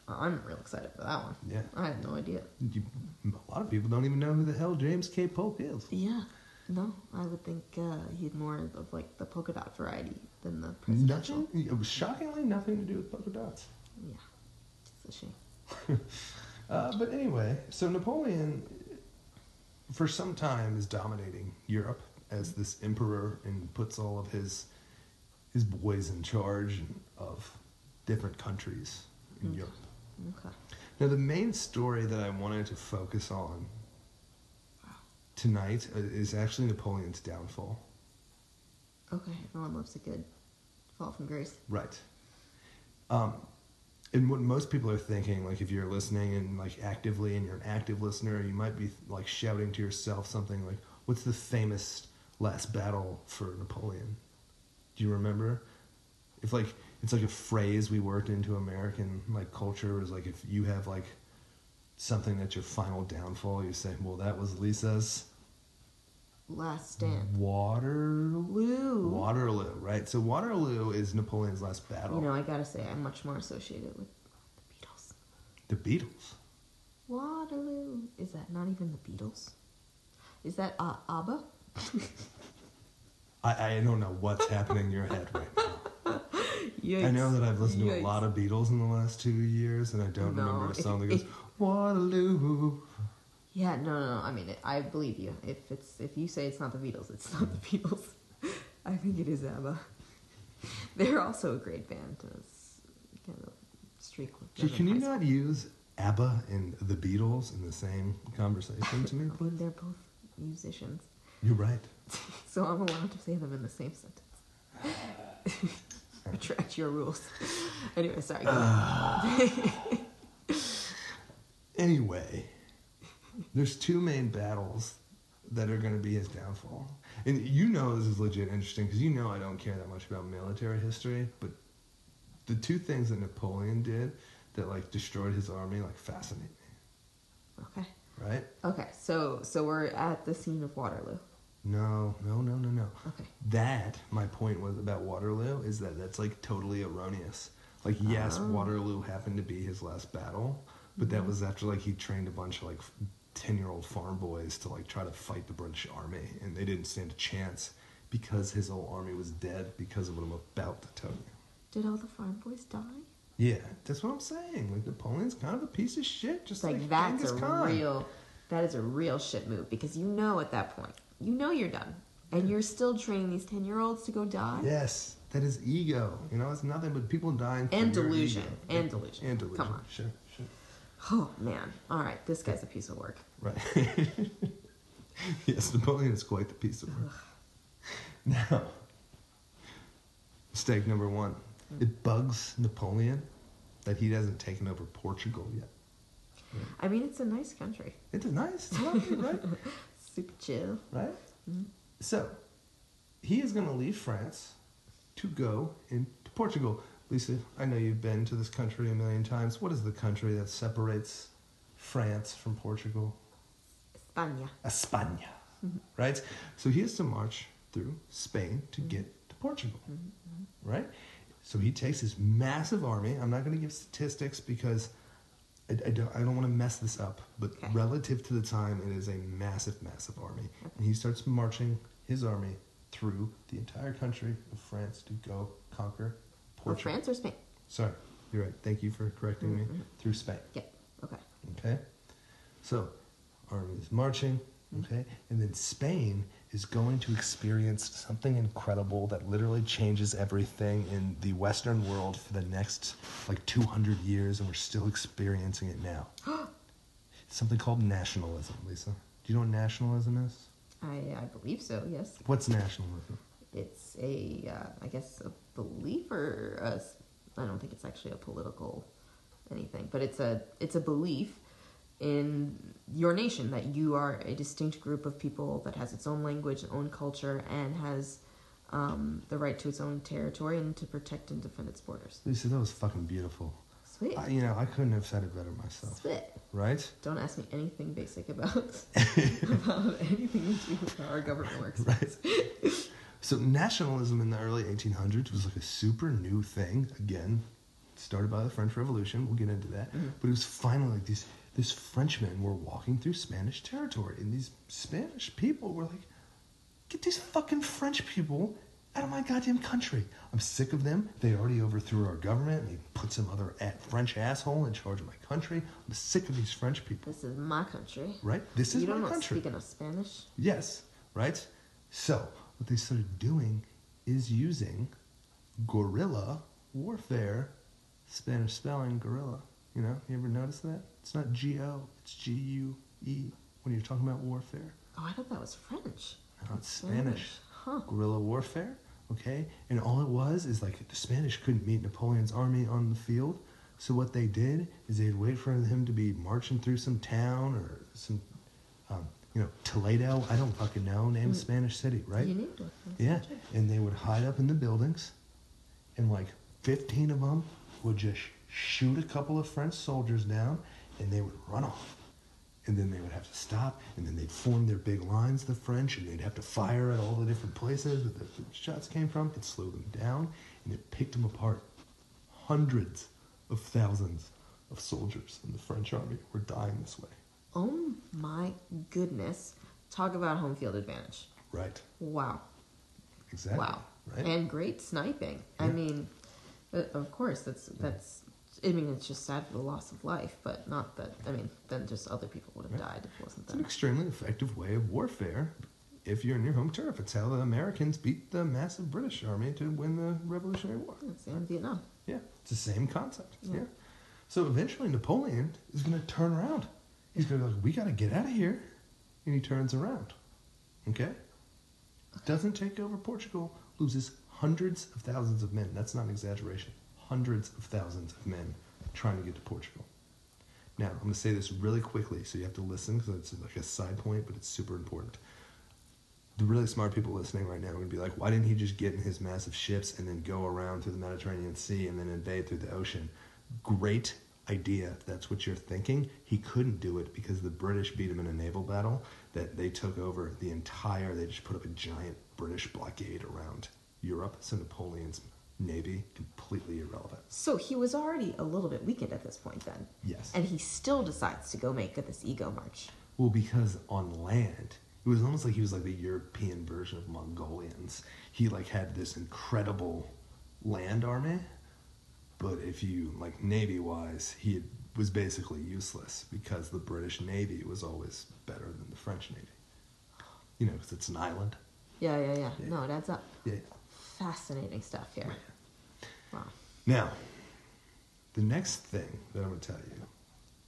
Speaker 2: I'm real excited for that one.
Speaker 1: Yeah.
Speaker 2: I had no idea.
Speaker 1: You, a lot of people don't even know who the hell James K. Polk is.
Speaker 2: Yeah. No, I would think uh, he'd more of like the polka dot variety than the presidential.
Speaker 1: Nothing. It was shockingly nothing to do with polka dots.
Speaker 2: Yeah. It's a shame.
Speaker 1: Uh, but anyway, so Napoleon, for some time, is dominating Europe as this emperor and puts all of his his boys in charge of different countries in
Speaker 2: Mm.
Speaker 1: Europe.
Speaker 2: Okay.
Speaker 1: Now, the main story that I wanted to focus on tonight uh, is actually Napoleon's downfall.
Speaker 2: Okay. No one loves a good fall from grace.
Speaker 1: Right. Um, and what most people are thinking, like if you're listening and like actively and you're an active listener, you might be like shouting to yourself something like, "What's the famous last battle for Napoleon?" Do you remember? If like it's like a phrase we worked into American like culture is like if you have like something that's your final downfall, you say, "Well, that was Lisa's
Speaker 2: Last stand.
Speaker 1: Waterloo."
Speaker 2: Woo.
Speaker 1: Mm-hmm. Waterloo, right? So Waterloo is Napoleon's last battle.
Speaker 2: You know, I gotta say, I'm much more associated with the Beatles.
Speaker 1: the Beatles.
Speaker 2: Waterloo. Is that not even the Beatles? Is that uh, ABBA?
Speaker 1: I, I don't know what's happening in your head right now. I know that I've listened to a lot of Beatles in the last two years, and I don't
Speaker 2: No,
Speaker 1: remember a
Speaker 2: if-
Speaker 1: song that
Speaker 2: if-
Speaker 1: goes Waterloo.
Speaker 2: Yeah, no, no, no. I mean, I believe you. If it's if you say it's not the Beatles, it's not the Beatles. I think it is ABBA. They're also a great band. It's kind of a streak with
Speaker 1: Can
Speaker 2: them in
Speaker 1: can you
Speaker 2: high
Speaker 1: not use ABBA and the Beatles in the same conversation to me,
Speaker 2: school. I mean,
Speaker 1: please?
Speaker 2: they're both musicians,
Speaker 1: You're right.
Speaker 2: so I'm allowed to say them in the same sentence. Retract your rules. anyway, sorry. go
Speaker 1: Uh.
Speaker 2: on.
Speaker 1: Anyway, there's two main battles that are going to be his downfall. And you know this is legit interesting because you know I don't care that much about military history, but the two things that Napoleon did that like destroyed his army like fascinate me,
Speaker 2: okay.
Speaker 1: right?
Speaker 2: Okay. So so we're at the scene of Waterloo.
Speaker 1: No, no, no, no, no.
Speaker 2: Okay.
Speaker 1: That my point was about Waterloo is that that's like totally erroneous. Like yes,
Speaker 2: Oh. Mm-hmm.
Speaker 1: Waterloo happened to be his last battle, but that was after like he trained a bunch of like ten-year-old farm boys to like try to fight the British army, and they didn't stand a chance because his whole army was dead because of what I'm about to tell you.
Speaker 2: Did all the farm boys die?
Speaker 1: Yeah, that's what I'm saying. Like Napoleon's kind of a piece of shit, just
Speaker 2: It's like,
Speaker 1: like,
Speaker 2: that's
Speaker 1: Genghis
Speaker 2: a
Speaker 1: Khan.
Speaker 2: real that is a real shit move because you know at that point you know you're done and you're still training these 10 year olds to go die
Speaker 1: Yes, that is ego. You know, it's nothing but people dying for
Speaker 2: And
Speaker 1: your
Speaker 2: delusion.
Speaker 1: ego.
Speaker 2: And delusion.
Speaker 1: And
Speaker 2: Come
Speaker 1: delusion.
Speaker 2: on.
Speaker 1: Sure, sure.
Speaker 2: oh man all right this guy's a piece of work
Speaker 1: Right. yes, Napoleon is quite the piece of work. Now, mistake number one it bugs Napoleon that he hasn't taken over Portugal yet.
Speaker 2: i mean it's a nice country
Speaker 1: It's nice, it's lovely, right?
Speaker 2: super chill
Speaker 1: Right? So, he is going to leave France to go into Portugal. Lisa, I know you've been to this country a million times. What is the country that separates France from Portugal?
Speaker 2: españa
Speaker 1: España,
Speaker 2: Mm-hmm.
Speaker 1: right? So he has to march through Spain to get to Portugal,
Speaker 2: Mm-hmm.
Speaker 1: right? So he takes his massive army. I'm not going to give statistics because I, I don't, I don't want to mess this up, but
Speaker 2: Okay.
Speaker 1: relative to the time, it is a massive, massive army. And he starts marching his army through the entire country of France to go conquer
Speaker 2: or
Speaker 1: Portugal.
Speaker 2: Oh, france Mm-hmm. or spain
Speaker 1: Sorry, you're right. Thank you for correcting me. Through Spain.
Speaker 2: yeah okay
Speaker 1: Okay? So, army is marching, okay? And then Spain is going to experience something incredible that literally changes everything in the Western world for the next like 200 years, and we're still experiencing it now. something called nationalism, Lisa. Do you know what nationalism is?
Speaker 2: i i believe so yes
Speaker 1: What's nationalism?
Speaker 2: it's a uh, i guess a belief or a s- i don't think it's actually a political anything but it's a it's a belief in your nation that you are a distinct group of people that has its own language, and own culture, and has um, the right to its own territory and to protect and defend its borders.
Speaker 1: Lisa, that was fucking beautiful.
Speaker 2: Sweet.
Speaker 1: I, you know, I couldn't have said it better myself,
Speaker 2: Spit.
Speaker 1: right?
Speaker 2: Don't ask me anything basic about about anything to do with how our government works.
Speaker 1: Right. so nationalism in the early 1800s was like a super new thing. Again, started by the French Revolution. We'll get into that.
Speaker 2: Mm-hmm.
Speaker 1: But it was finally like these this Frenchmen were walking through Spanish territory, and these Spanish people were like, "Get these fucking French people." Out of my goddamn country. I'm sick of them. They already overthrew our government. They put some other a- French asshole in charge of my country. I'm sick of these French people,
Speaker 2: This is my country.
Speaker 1: right? This is
Speaker 2: you
Speaker 1: my
Speaker 2: don't know
Speaker 1: country.
Speaker 2: speaking of Spanish.
Speaker 1: Yes, right? So, what they started doing is using guerrilla warfare, Spanish spelling guerrilla. You know, you ever notice that? It's not G O, it's G U E when you're talking about warfare.
Speaker 2: Oh, I thought that was French.
Speaker 1: No, it's Spanish.
Speaker 2: Huh.
Speaker 1: Guerrilla warfare, okay? And all it was is like the Spanish couldn't meet Napoleon's army on the field. So what they did is they'd wait for him to be marching through some town or some, um, you know, Toledo. I don't fucking know. Name a Spanish city, right?
Speaker 2: You need to. That's
Speaker 1: Yeah,
Speaker 2: country.
Speaker 1: and they would hide up in the buildings, and like 15 of them would just shoot a couple of French soldiers down, and they would run off. And then they would have to stop, and then they'd form their big lines, the French, and they'd have to fire at all the different places that the shots came from. It slowed them down, and it picked them apart. Hundreds of thousands of soldiers in the French army were dying this way.
Speaker 2: Oh my goodness. Talk about home field advantage.
Speaker 1: Right.
Speaker 2: Wow.
Speaker 1: Exactly.
Speaker 2: Wow.
Speaker 1: Right?
Speaker 2: And great sniping. I
Speaker 1: Yeah.
Speaker 2: mean, uh, of course, that's that's. I mean, it's just sad for the loss of life, but not that. I mean, then just other people would have
Speaker 1: Right.
Speaker 2: died if it wasn't
Speaker 1: It's an
Speaker 2: them.
Speaker 1: extremely effective way of warfare if you're in your home turf. It's how the Americans beat the massive British army to win the Revolutionary War.
Speaker 2: It's in Vietnam.
Speaker 1: Yeah, it's the same concept.
Speaker 2: Yeah.
Speaker 1: Yeah. So eventually Napoleon is going to turn around. He's going to be like, we got to get out of here. And he turns around. Okay? Doesn't take over Portugal, loses hundreds of thousands of men. That's not an exaggeration. Hundreds of thousands of men trying to get to Portugal. Now, I'm going to say this really quickly, so you have to listen because it's like a side point, but it's super important the really smart people listening right now would be like, why didn't he just get in his massive ships and then go around through the Mediterranean Sea and then invade through the ocean? Great idea. if That's what you're thinking. He couldn't do it because the British beat him in a naval battle that they took over the entire, they just put up a giant British blockade around Europe. So Napoleon's navy, completely irrelevant.
Speaker 2: So he was already a little bit weakened at this point, then.
Speaker 1: Yes.
Speaker 2: And he still decides to go make this ego march.
Speaker 1: Well, because on land, it was almost like he was like the European version of Mongolians. He like had this incredible land army, but if you like navy wise, he had, was basically useless because the British navy was always better than the French navy. You know, because it's an island.
Speaker 2: Yeah, yeah, yeah.
Speaker 1: Yeah.
Speaker 2: No, it adds up.
Speaker 1: Yeah.
Speaker 2: Fascinating stuff here. Wow.
Speaker 1: Now, the next thing that I'm going to tell you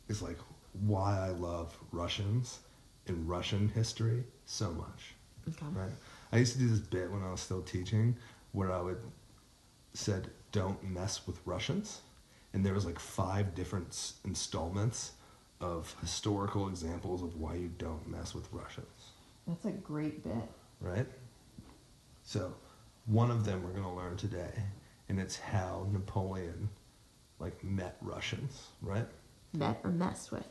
Speaker 1: is like why I love Russians and Russian history so much.
Speaker 2: Okay.
Speaker 1: Right. I used to do this bit when I was still teaching where I would said, "Don't mess with Russians," and there was like five different s- installments of historical examples of why you don't mess with Russians.
Speaker 2: That's a great bit.
Speaker 1: Right. So, one of them we're going to learn today, and it's how Napoleon like met Russians. Right.
Speaker 2: Met or messed with.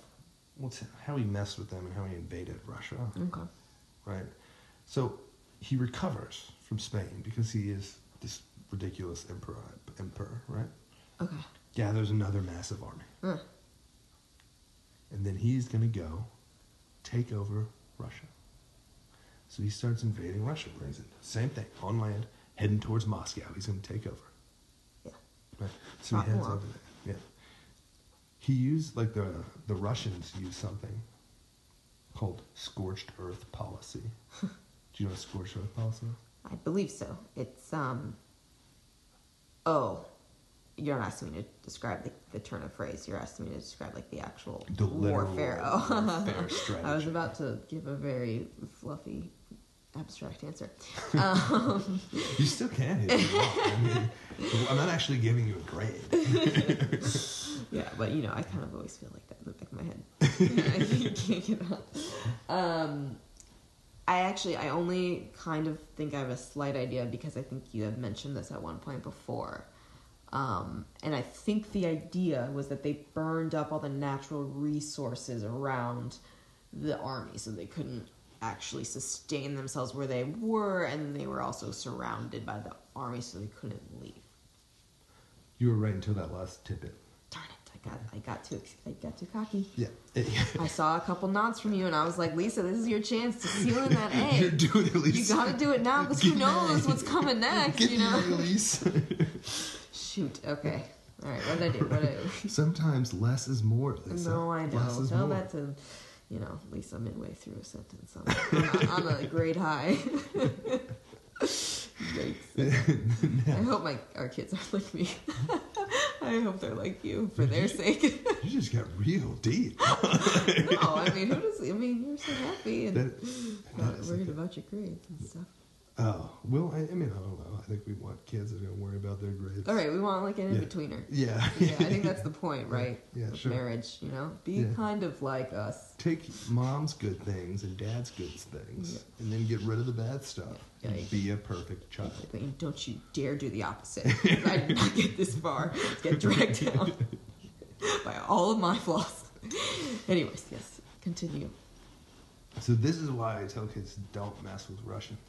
Speaker 1: What's how he messed with them and how he invaded Russia.
Speaker 2: Okay.
Speaker 1: right? So he recovers from Spain because he is this ridiculous emperor, emperor, right?
Speaker 2: Okay.
Speaker 1: Gathers another massive army,
Speaker 2: Uh,
Speaker 1: and then he's going to go take over Russia. So he starts invading Russia, brings it. Same thing on land, heading towards Moscow. He's going to take over.
Speaker 2: yeah.
Speaker 1: Right. So
Speaker 2: Not
Speaker 1: he heads
Speaker 2: long.
Speaker 1: over there. Yeah. He used like the the Russians used something called scorched earth policy. Do you know what scorched earth policy is?
Speaker 2: I believe so. It's, um, oh, you're not asking me to describe the, the turn of phrase. You're asking me to describe, like, the actual
Speaker 1: the literal
Speaker 2: warfare. Oh.
Speaker 1: warfare strategy.
Speaker 2: I was about to give a very fluffy abstract answer. Um,
Speaker 1: You still can hit it off. I mean, I'm not actually giving you a grade.
Speaker 2: yeah, but you know, I kind of always feel like that in the back of my head. I can't get up. Um, I actually, I only kind of think I have a slight idea because I think you have mentioned this at one point before. Um, and I think the idea was that they burned up all the natural resources around the army so they couldn't actually sustain themselves where they were, and they were also surrounded by the army so they couldn't leave.
Speaker 1: You were right until that last tidbit.
Speaker 2: Darn it! I got I got too I got too cocky.
Speaker 1: Yeah. It-
Speaker 2: I saw a couple nods from you, and I was like, Lisa, this is your chance to seal in that egg.
Speaker 1: You're doing it,
Speaker 2: you
Speaker 1: Elise.
Speaker 2: gotta do it now because who knows what's coming next,
Speaker 1: Get
Speaker 2: you know?
Speaker 1: it, Elise.
Speaker 2: Shoot. Okay. All right. What did I do? What did I
Speaker 1: Sometimes less is more.
Speaker 2: do?
Speaker 1: Lisa.
Speaker 2: no, I
Speaker 1: Less
Speaker 2: know.
Speaker 1: is
Speaker 2: Tell
Speaker 1: more.
Speaker 2: that to, you know, Lisa midway through a sentence. I'm on a, on a grade high. Yikes. I hope my our kids are like me. I hope they're like you for their sake.
Speaker 1: You just got real deep.
Speaker 2: no, I mean, who does? I mean, you're so happy and
Speaker 1: That-
Speaker 2: uh, worried about your grades and stuff.
Speaker 1: oh well, I, I mean I don't know. I think we want kids that are gonna worry about their grades.
Speaker 2: All right, we want like an
Speaker 1: Yeah.
Speaker 2: in betweener.
Speaker 1: Yeah.
Speaker 2: Yeah, I think that's the point, right?
Speaker 1: Yeah,
Speaker 2: Of
Speaker 1: sure.
Speaker 2: Marriage, you know, be
Speaker 1: Yeah.
Speaker 2: kind of like us.
Speaker 1: Take mom's good things and dad's good things, and then get rid of the bad stuff.
Speaker 2: Yeah,
Speaker 1: and
Speaker 2: yeah.
Speaker 1: Be a perfect child.
Speaker 2: Like, and don't you dare do the opposite. I did not get this far. Get dragged down by all of my flaws. Anyways, yes, continue.
Speaker 1: So this is why I tell kids don't mess with Russians.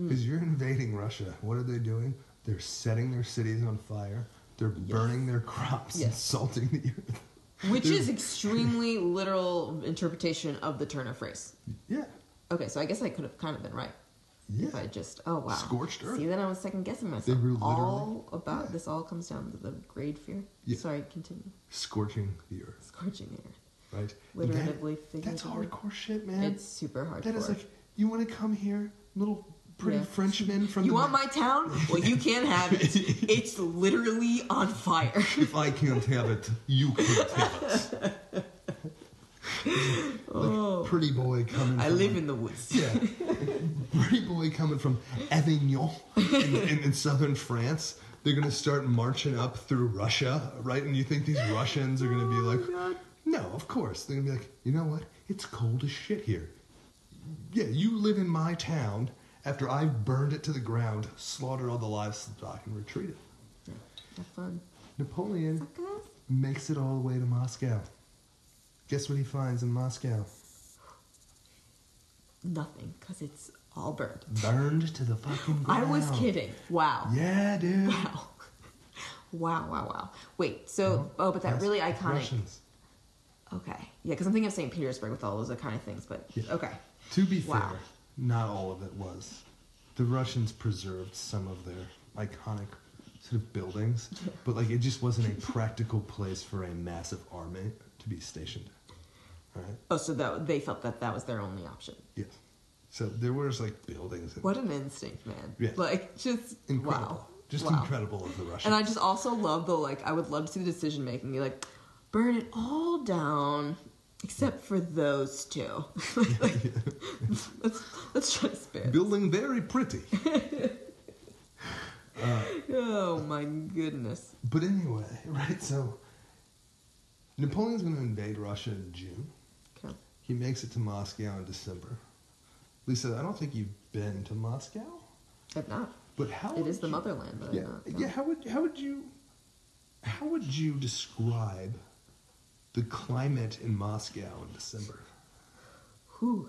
Speaker 2: Mm.
Speaker 1: Because you're invading Russia. What are they doing? They're setting their cities on fire. They're burning their crops and
Speaker 2: Yes.
Speaker 1: salting the earth.
Speaker 2: Which is extremely literal interpretation of the Turner phrase.
Speaker 1: Yeah.
Speaker 2: Okay, so I guess I could have kind of been right. If I
Speaker 1: Yeah.
Speaker 2: just, oh wow.
Speaker 1: Scorched earth.
Speaker 2: See, then I was second guessing myself.
Speaker 1: They were
Speaker 2: all about
Speaker 1: yeah.
Speaker 2: this all comes down to the grade fear.
Speaker 1: Yeah.
Speaker 2: Sorry, continue.
Speaker 1: Scorching the earth,
Speaker 2: Scorching the earth.
Speaker 1: right? And that-
Speaker 2: Literally,
Speaker 1: that's
Speaker 2: figuratively.
Speaker 1: hardcore shit, man.
Speaker 2: It's super hardcore.
Speaker 1: That is like, you want to come here, little pretty
Speaker 2: Yeah.
Speaker 1: Frenchman from
Speaker 2: you
Speaker 1: the...
Speaker 2: want my town? Well, you can't have it. It's literally on fire.
Speaker 1: If I can't have it, you can't have it. Like,
Speaker 2: Oh.
Speaker 1: pretty boy coming
Speaker 2: I
Speaker 1: from
Speaker 2: live
Speaker 1: like,
Speaker 2: in the woods.
Speaker 1: Yeah. Pretty boy coming from Avignon in, in, in southern France. They're going to start marching up through Russia, right? And you think these Russians are going to be like,
Speaker 2: Oh God.
Speaker 1: no, of course. They're going to be like, you know what? It's cold as shit here. Yeah, you live in my town after I've burned it to the ground, slaughtered all the livestock, and retreated.
Speaker 2: Have fun.
Speaker 1: Napoleon
Speaker 2: Suckers.
Speaker 1: makes it all the way to Moscow. Guess what he finds in Moscow?
Speaker 2: Nothing, because it's all burned.
Speaker 1: Burned to the fucking
Speaker 2: I
Speaker 1: ground.
Speaker 2: was kidding. Wow.
Speaker 1: Yeah, dude.
Speaker 2: Wow. Wow, wow, wow. Wait, so, oh, but
Speaker 1: Uh-huh.
Speaker 2: that
Speaker 1: That's
Speaker 2: really iconic.
Speaker 1: Russians.
Speaker 2: Okay. Yeah, because I'm thinking of St. Petersburg with all those kind of things, but
Speaker 1: Yeah.
Speaker 2: okay.
Speaker 1: To be
Speaker 2: Wow.
Speaker 1: fair, not all of it was. The Russians preserved some of their iconic sort of buildings, but like it just wasn't a practical place for a massive army to be stationed. All right.
Speaker 2: Oh, so that, they felt that that was their only option.
Speaker 1: Yes. So there was like buildings. And
Speaker 2: What an instinct, man.
Speaker 1: Yeah.
Speaker 2: Like, just,
Speaker 1: incredible.
Speaker 2: wow.
Speaker 1: Just
Speaker 2: wow.
Speaker 1: incredible of the Russians.
Speaker 2: And I just also love the like. I would love to see the decision making. You're like, burn it all down except for those two. like, let's let's try to spare. them.
Speaker 1: Building very pretty.
Speaker 2: Oh my goodness.
Speaker 1: But anyway, right? So Napoleon's going to invade Russia in June.
Speaker 2: Okay.
Speaker 1: He makes it to Moscow in December. Lisa, I don't think you've been to Moscow,
Speaker 2: If not,
Speaker 1: but how
Speaker 2: it
Speaker 1: would
Speaker 2: is the
Speaker 1: you-
Speaker 2: motherland. But
Speaker 1: Yeah,
Speaker 2: not,
Speaker 1: yeah. How would how would you how would you describe the climate in Moscow in December?
Speaker 2: Whew.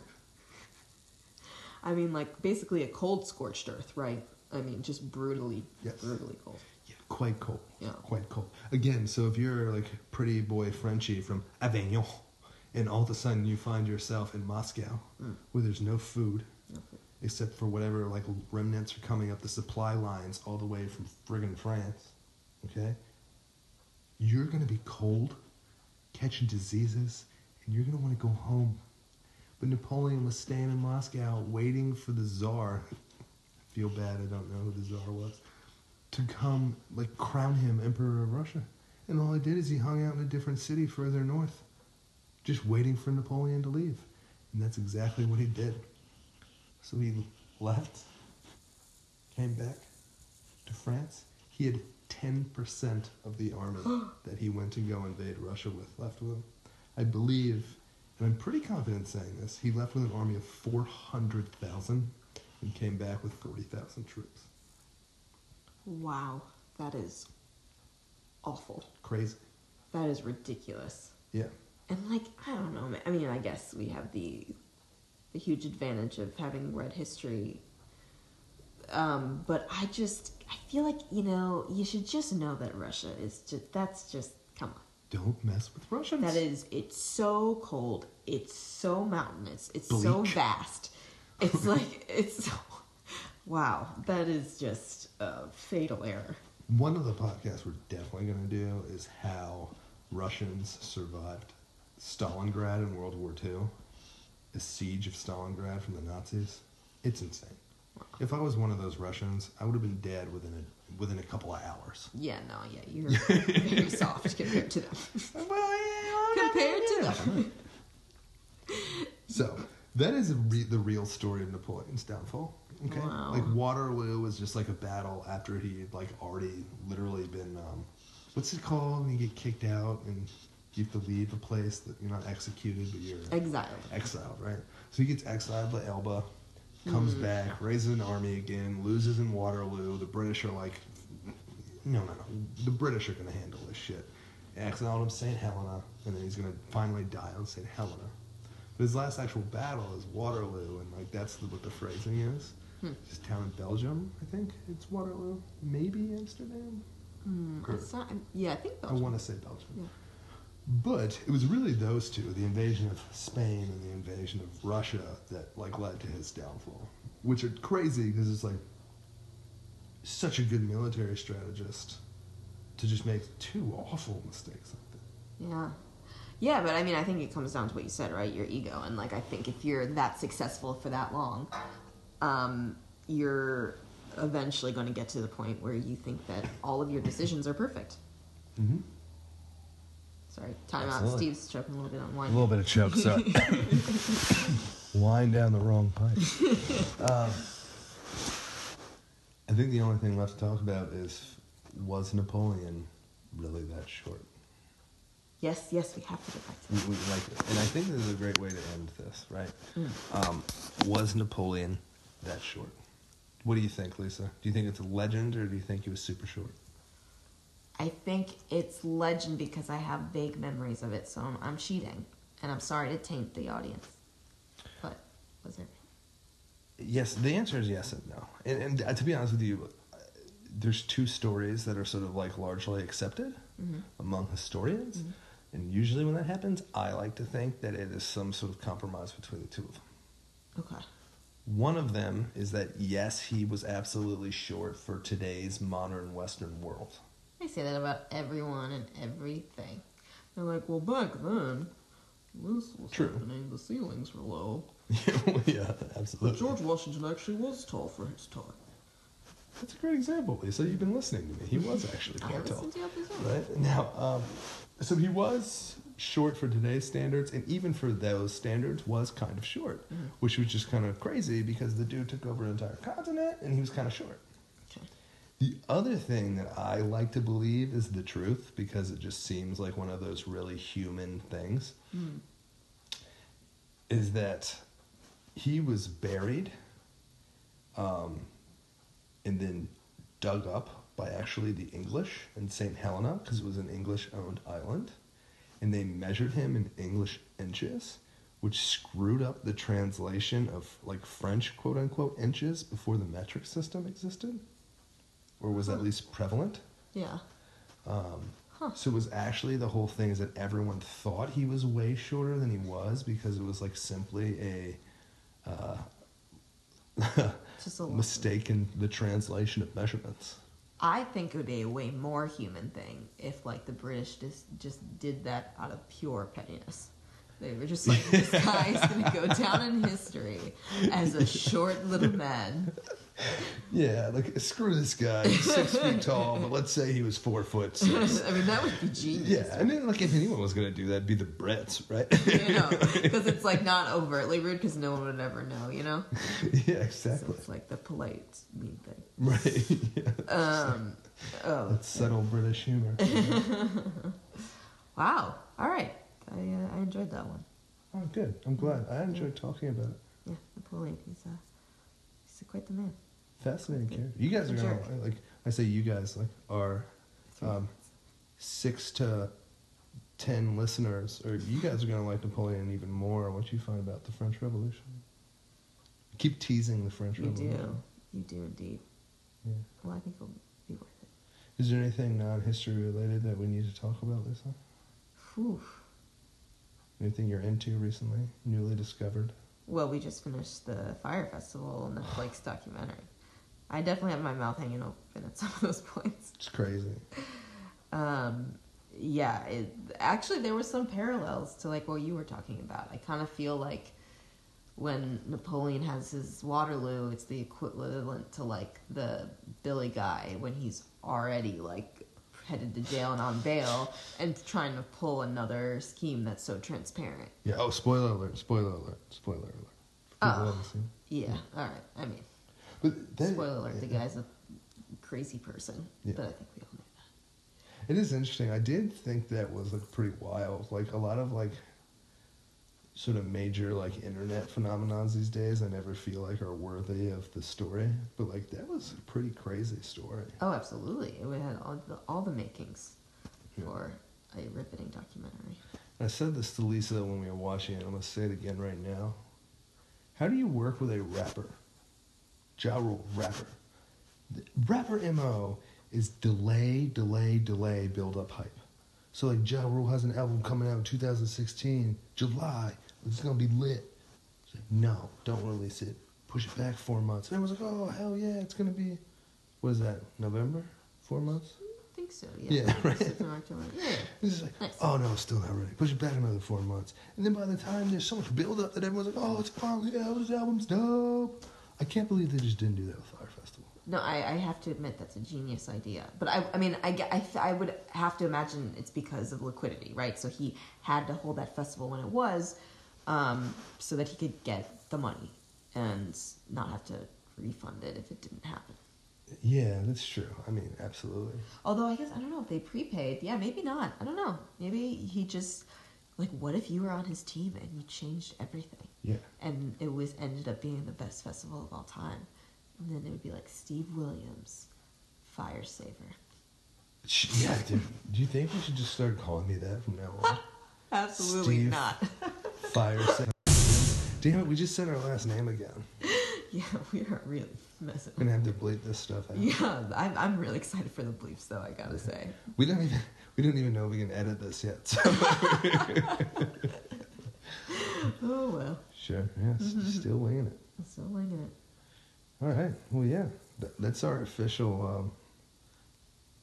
Speaker 2: I mean, like basically a cold scorched earth, right? I mean, just brutally,
Speaker 1: Yes.
Speaker 2: brutally cold.
Speaker 1: Yeah, quite cold.
Speaker 2: Yeah.
Speaker 1: quite cold. Again, so if you're like pretty boy Frenchie from Avignon, and all of a sudden you find yourself in Moscow where there's Hmm. no food. Except for whatever like remnants are coming up the supply lines all the way from friggin' France. Okay? You're gonna be cold, catching diseases, and you're gonna wanna go home. But Napoleon was staying in Moscow waiting for the Tsar. I feel bad I don't know who the Tsar was. To come like crown him Emperor of Russia. And all he did is he hung out in a different city further north. Just waiting for Napoleon to leave. And that's exactly what he did. So he left, came back to France. He had 10% of the army that he went to go invade Russia with left with him. I believe, and I'm pretty confident saying this, he left with an army of 400,000 and came back with 40,000 troops.
Speaker 2: Wow, that is awful.
Speaker 1: Crazy.
Speaker 2: That is ridiculous.
Speaker 1: Yeah.
Speaker 2: And like, I don't know. man. I mean, I guess we have the the huge advantage of having read history. Um, but I just, I feel like you know, you should just know that Russia is just. That's just come on.
Speaker 1: Don't mess with Russians.
Speaker 2: That is, it's so cold. It's so mountainous. It's so
Speaker 1: Bleak.
Speaker 2: vast. It's like it's so. Wow, that is just a fatal error.
Speaker 1: One of the podcasts we're definitely going to do is how Russians survived Stalingrad in World War II, the siege of Stalingrad from the Nazis. It's insane. If I was one of those Russians, I would have been dead within a, within a couple of hours.
Speaker 2: Yeah, no, yeah, you're very soft compared to them.
Speaker 1: Well, yeah,
Speaker 2: compared to them.
Speaker 1: So that is re- the real story of Napoleon's downfall. Okay,
Speaker 2: Wow.
Speaker 1: like Waterloo was just like a battle after he had like already literally been um, what's it called when you get kicked out and you have to leave a place that you're not executed but you're
Speaker 2: Exiled.
Speaker 1: exiled, right? So he gets exiled by Elba, comes back, raises an army again, loses in Waterloo. The British are like, no, no, no. The British are going to handle this shit. Exiled him to St. Helena, and then he's going to finally die on St. Helena. But his last actual battle is Waterloo, and like that's the, what the phrasing is. This town in Belgium, I think it's Waterloo, maybe Amsterdam. Or-
Speaker 2: Mm, It's not, yeah, I think
Speaker 1: I
Speaker 2: Belgium.
Speaker 1: want to say Belgium.
Speaker 2: Yeah.
Speaker 1: But it was really those two, the invasion of Spain and the invasion of Russia, that like led to his downfall. Which are crazy because it's like such a good military strategist to just make two awful mistakes like that.
Speaker 2: Yeah. Yeah, but I mean, I think it comes down to what you said, right? Your ego. And, like, I think if you're that successful for that long, um, you're eventually going to get to the point where you think that all of your decisions are perfect.
Speaker 1: Mm-hmm.
Speaker 2: Sorry, time out.
Speaker 1: Absolutely.
Speaker 2: Steve's choking a little bit on wine.
Speaker 1: bit of choke, sorry. Wine down the wrong pipe. um, I think the only thing left to talk about is was Napoleon really that short?
Speaker 2: yes, yes, we have to get back to
Speaker 1: we,
Speaker 2: that.
Speaker 1: we like it. And I think this is a great way to end this, right? Um, was Napoleon that short? What do you think, Lisa? Do you think it's a legend or do you think he was super short?
Speaker 2: I think it's legend because I have vague memories of it, so I'm, I'm cheating. And I'm sorry to taint the audience. But was it?
Speaker 1: Yes, the answer is yes and no. And, and uh, to be honest with you, uh, there's two stories that are sort of like largely accepted among historians. And usually when that happens, I like to think that it is some sort of compromise between the two of them.
Speaker 2: Okay.
Speaker 1: One of them is that yes, he was absolutely short for today's modern Western world.
Speaker 2: I say that about everyone and everything. They're like, well, back then, this was
Speaker 1: True.
Speaker 2: happening. The ceilings were low.
Speaker 1: yeah,
Speaker 2: But
Speaker 1: absolutely.
Speaker 2: George Washington actually was tall for his time.
Speaker 1: That's a great example, Lisa. You've been listening to me. He was actually
Speaker 2: I
Speaker 1: quite tall.
Speaker 2: listened to you up as well.
Speaker 1: Right? Now, um, so he was short for today's standards, and even for those standards, was kind of short,
Speaker 2: Mm.
Speaker 1: which was just kind of crazy because the dude took over an entire continent and he was kind of short.
Speaker 2: Okay.
Speaker 1: The other thing that I like to believe is the truth because it just seems like one of those really human things is that he was buried um, and then dug up by actually the English in St. Helena because it was an English owned island. And they measured him in English inches, which screwed up the translation of like French quote unquote inches before the metric system existed or was at least prevalent.
Speaker 2: Yeah.
Speaker 1: So it was actually the whole thing is that everyone thought he was way shorter than he was because it was like simply a
Speaker 2: Just a little.
Speaker 1: mistake in the translation of measurements.
Speaker 2: I think it would be a way more human thing if, like, the British just just did that out of pure pettiness. They were just like, this guy is gonna go down in history as a short little man
Speaker 1: Yeah, like screw this guy. He's six feet tall, but let's say he was four foot six.
Speaker 2: I mean, that would be genius.
Speaker 1: Yeah, I mean, like if anyone was gonna do that, it'd be the Brits, right?
Speaker 2: You know, because it's like not overtly rude because no one would ever know, you know?
Speaker 1: yeah,
Speaker 2: So
Speaker 1: exactly.
Speaker 2: it's like the polite mean thing.
Speaker 1: Right. Yeah.
Speaker 2: Um, oh,
Speaker 1: That's subtle British humor. oh,
Speaker 2: wow. All right. I, uh, I enjoyed that one.
Speaker 1: Oh, good. I'm glad. I enjoyed talking about it.
Speaker 2: Yeah, Napoleon. He's, uh, he's quite the man.
Speaker 1: Fascinating character. You guys are gonna
Speaker 2: Sure.
Speaker 1: like. I say you guys like are
Speaker 2: Three
Speaker 1: um,
Speaker 2: months.
Speaker 1: six to ten listeners, or you guys are gonna like Napoleon even more. What you find about the French Revolution? Keep teasing the French
Speaker 2: You
Speaker 1: Revolution.
Speaker 2: do. You do indeed.
Speaker 1: Yeah.
Speaker 2: Well, I think it'll be worth it.
Speaker 1: Is there anything non-history related that we need to talk about, Lisa?
Speaker 2: Whew.
Speaker 1: Anything you're into recently, newly discovered?
Speaker 2: Well, we just finished the Fire Festival Netflix documentary. I definitely have my mouth hanging open at some of those points.
Speaker 1: It's crazy.
Speaker 2: um yeah it, actually there were some parallels to like what you were talking about i kind of feel like when napoleon has his waterloo it's the equivalent to like the billy guy when he's already like headed to jail and on bail and trying to pull another scheme that's so transparent
Speaker 1: Yeah. Oh, spoiler alert! Spoiler alert! Spoiler alert! People
Speaker 2: Oh.
Speaker 1: haven't seen.
Speaker 2: yeah all right i mean
Speaker 1: But then,
Speaker 2: spoiler alert the guy's a crazy person
Speaker 1: Yeah.
Speaker 2: but i think we all knew that
Speaker 1: It is interesting. I did think that was like pretty wild. Like a lot of like sort of major like internet phenomenons these days I never feel like are worthy of the story. But like that was a pretty crazy story.
Speaker 2: oh absolutely it had all the, all the makings
Speaker 1: Yeah.
Speaker 2: for a riveting documentary
Speaker 1: I said this to Lisa when we were watching it, I'm gonna say it again right now. How do you work with a rapper? Ja Rule rapper. The rapper MO is delay, delay, delay, build up hype. So like Ja Rule has an album coming out in 2016, July. It's gonna be lit. It's like, no, don't release it. Push it back four months. And everyone's like, oh hell yeah, it's gonna be what is that, November? Four months?
Speaker 2: think so, yeah.
Speaker 1: Yeah, right.
Speaker 2: Something like that, yeah.
Speaker 1: It's just like,
Speaker 2: Nice.
Speaker 1: oh no, it's still not ready. Push it back another four months. And then by the time there's so much build up that everyone's like, oh, it's finally out. This album's dope. I can't believe they just didn't do that with Fire Festival.
Speaker 2: No, I, I have to admit that's a genius idea. But I, I mean, I, ge- I, th- I would have to imagine it's because of liquidity, right? So he had to hold that festival when it was um, so that he could get the money and not have to refund it if it didn't happen.
Speaker 1: Yeah, that's true. I mean, absolutely.
Speaker 2: Although I guess I don't know if they prepaid. Yeah, maybe not. I don't know. Maybe he just like what if you were on his team and you changed everything?
Speaker 1: Yeah.
Speaker 2: and it was ended up being the best festival of all time. And then it would be like Steve Williams, Fire Saver.
Speaker 1: Sh- Yeah, dude. Do you think we should just start calling me that from now on?
Speaker 2: Absolutely
Speaker 1: Steve.
Speaker 2: not.
Speaker 1: Fire. Sa- Damn it, we just said our last name again.
Speaker 2: yeah, we are really messing.
Speaker 1: I'm gonna have to bleep this stuff out.
Speaker 2: Yeah, I'm, I'm really excited for the bleeps though. I gotta say,
Speaker 1: We don't even we don't even know if we can edit this yet. So.
Speaker 2: oh well,
Speaker 1: sure. Yes.
Speaker 2: Mm-hmm.
Speaker 1: Still winging it.
Speaker 2: I'm still winging it.
Speaker 1: All right. Well, yeah, Th- that's our official. Um,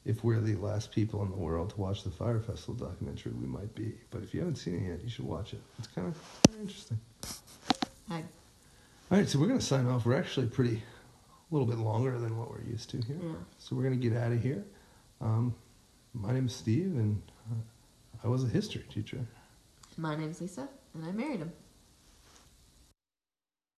Speaker 1: if we're the last people in the world to watch the Fire Festival documentary, we might be. But if you haven't seen it yet, you should watch it. It's kind of interesting.
Speaker 2: I,
Speaker 1: All right, so we're gonna sign off. We're actually pretty a little bit longer than what we're used to here.
Speaker 2: Yeah.
Speaker 1: So we're gonna get out of here. Um, my name's Steve, and uh, I was a history teacher.
Speaker 2: my name's Lisa, and I married him.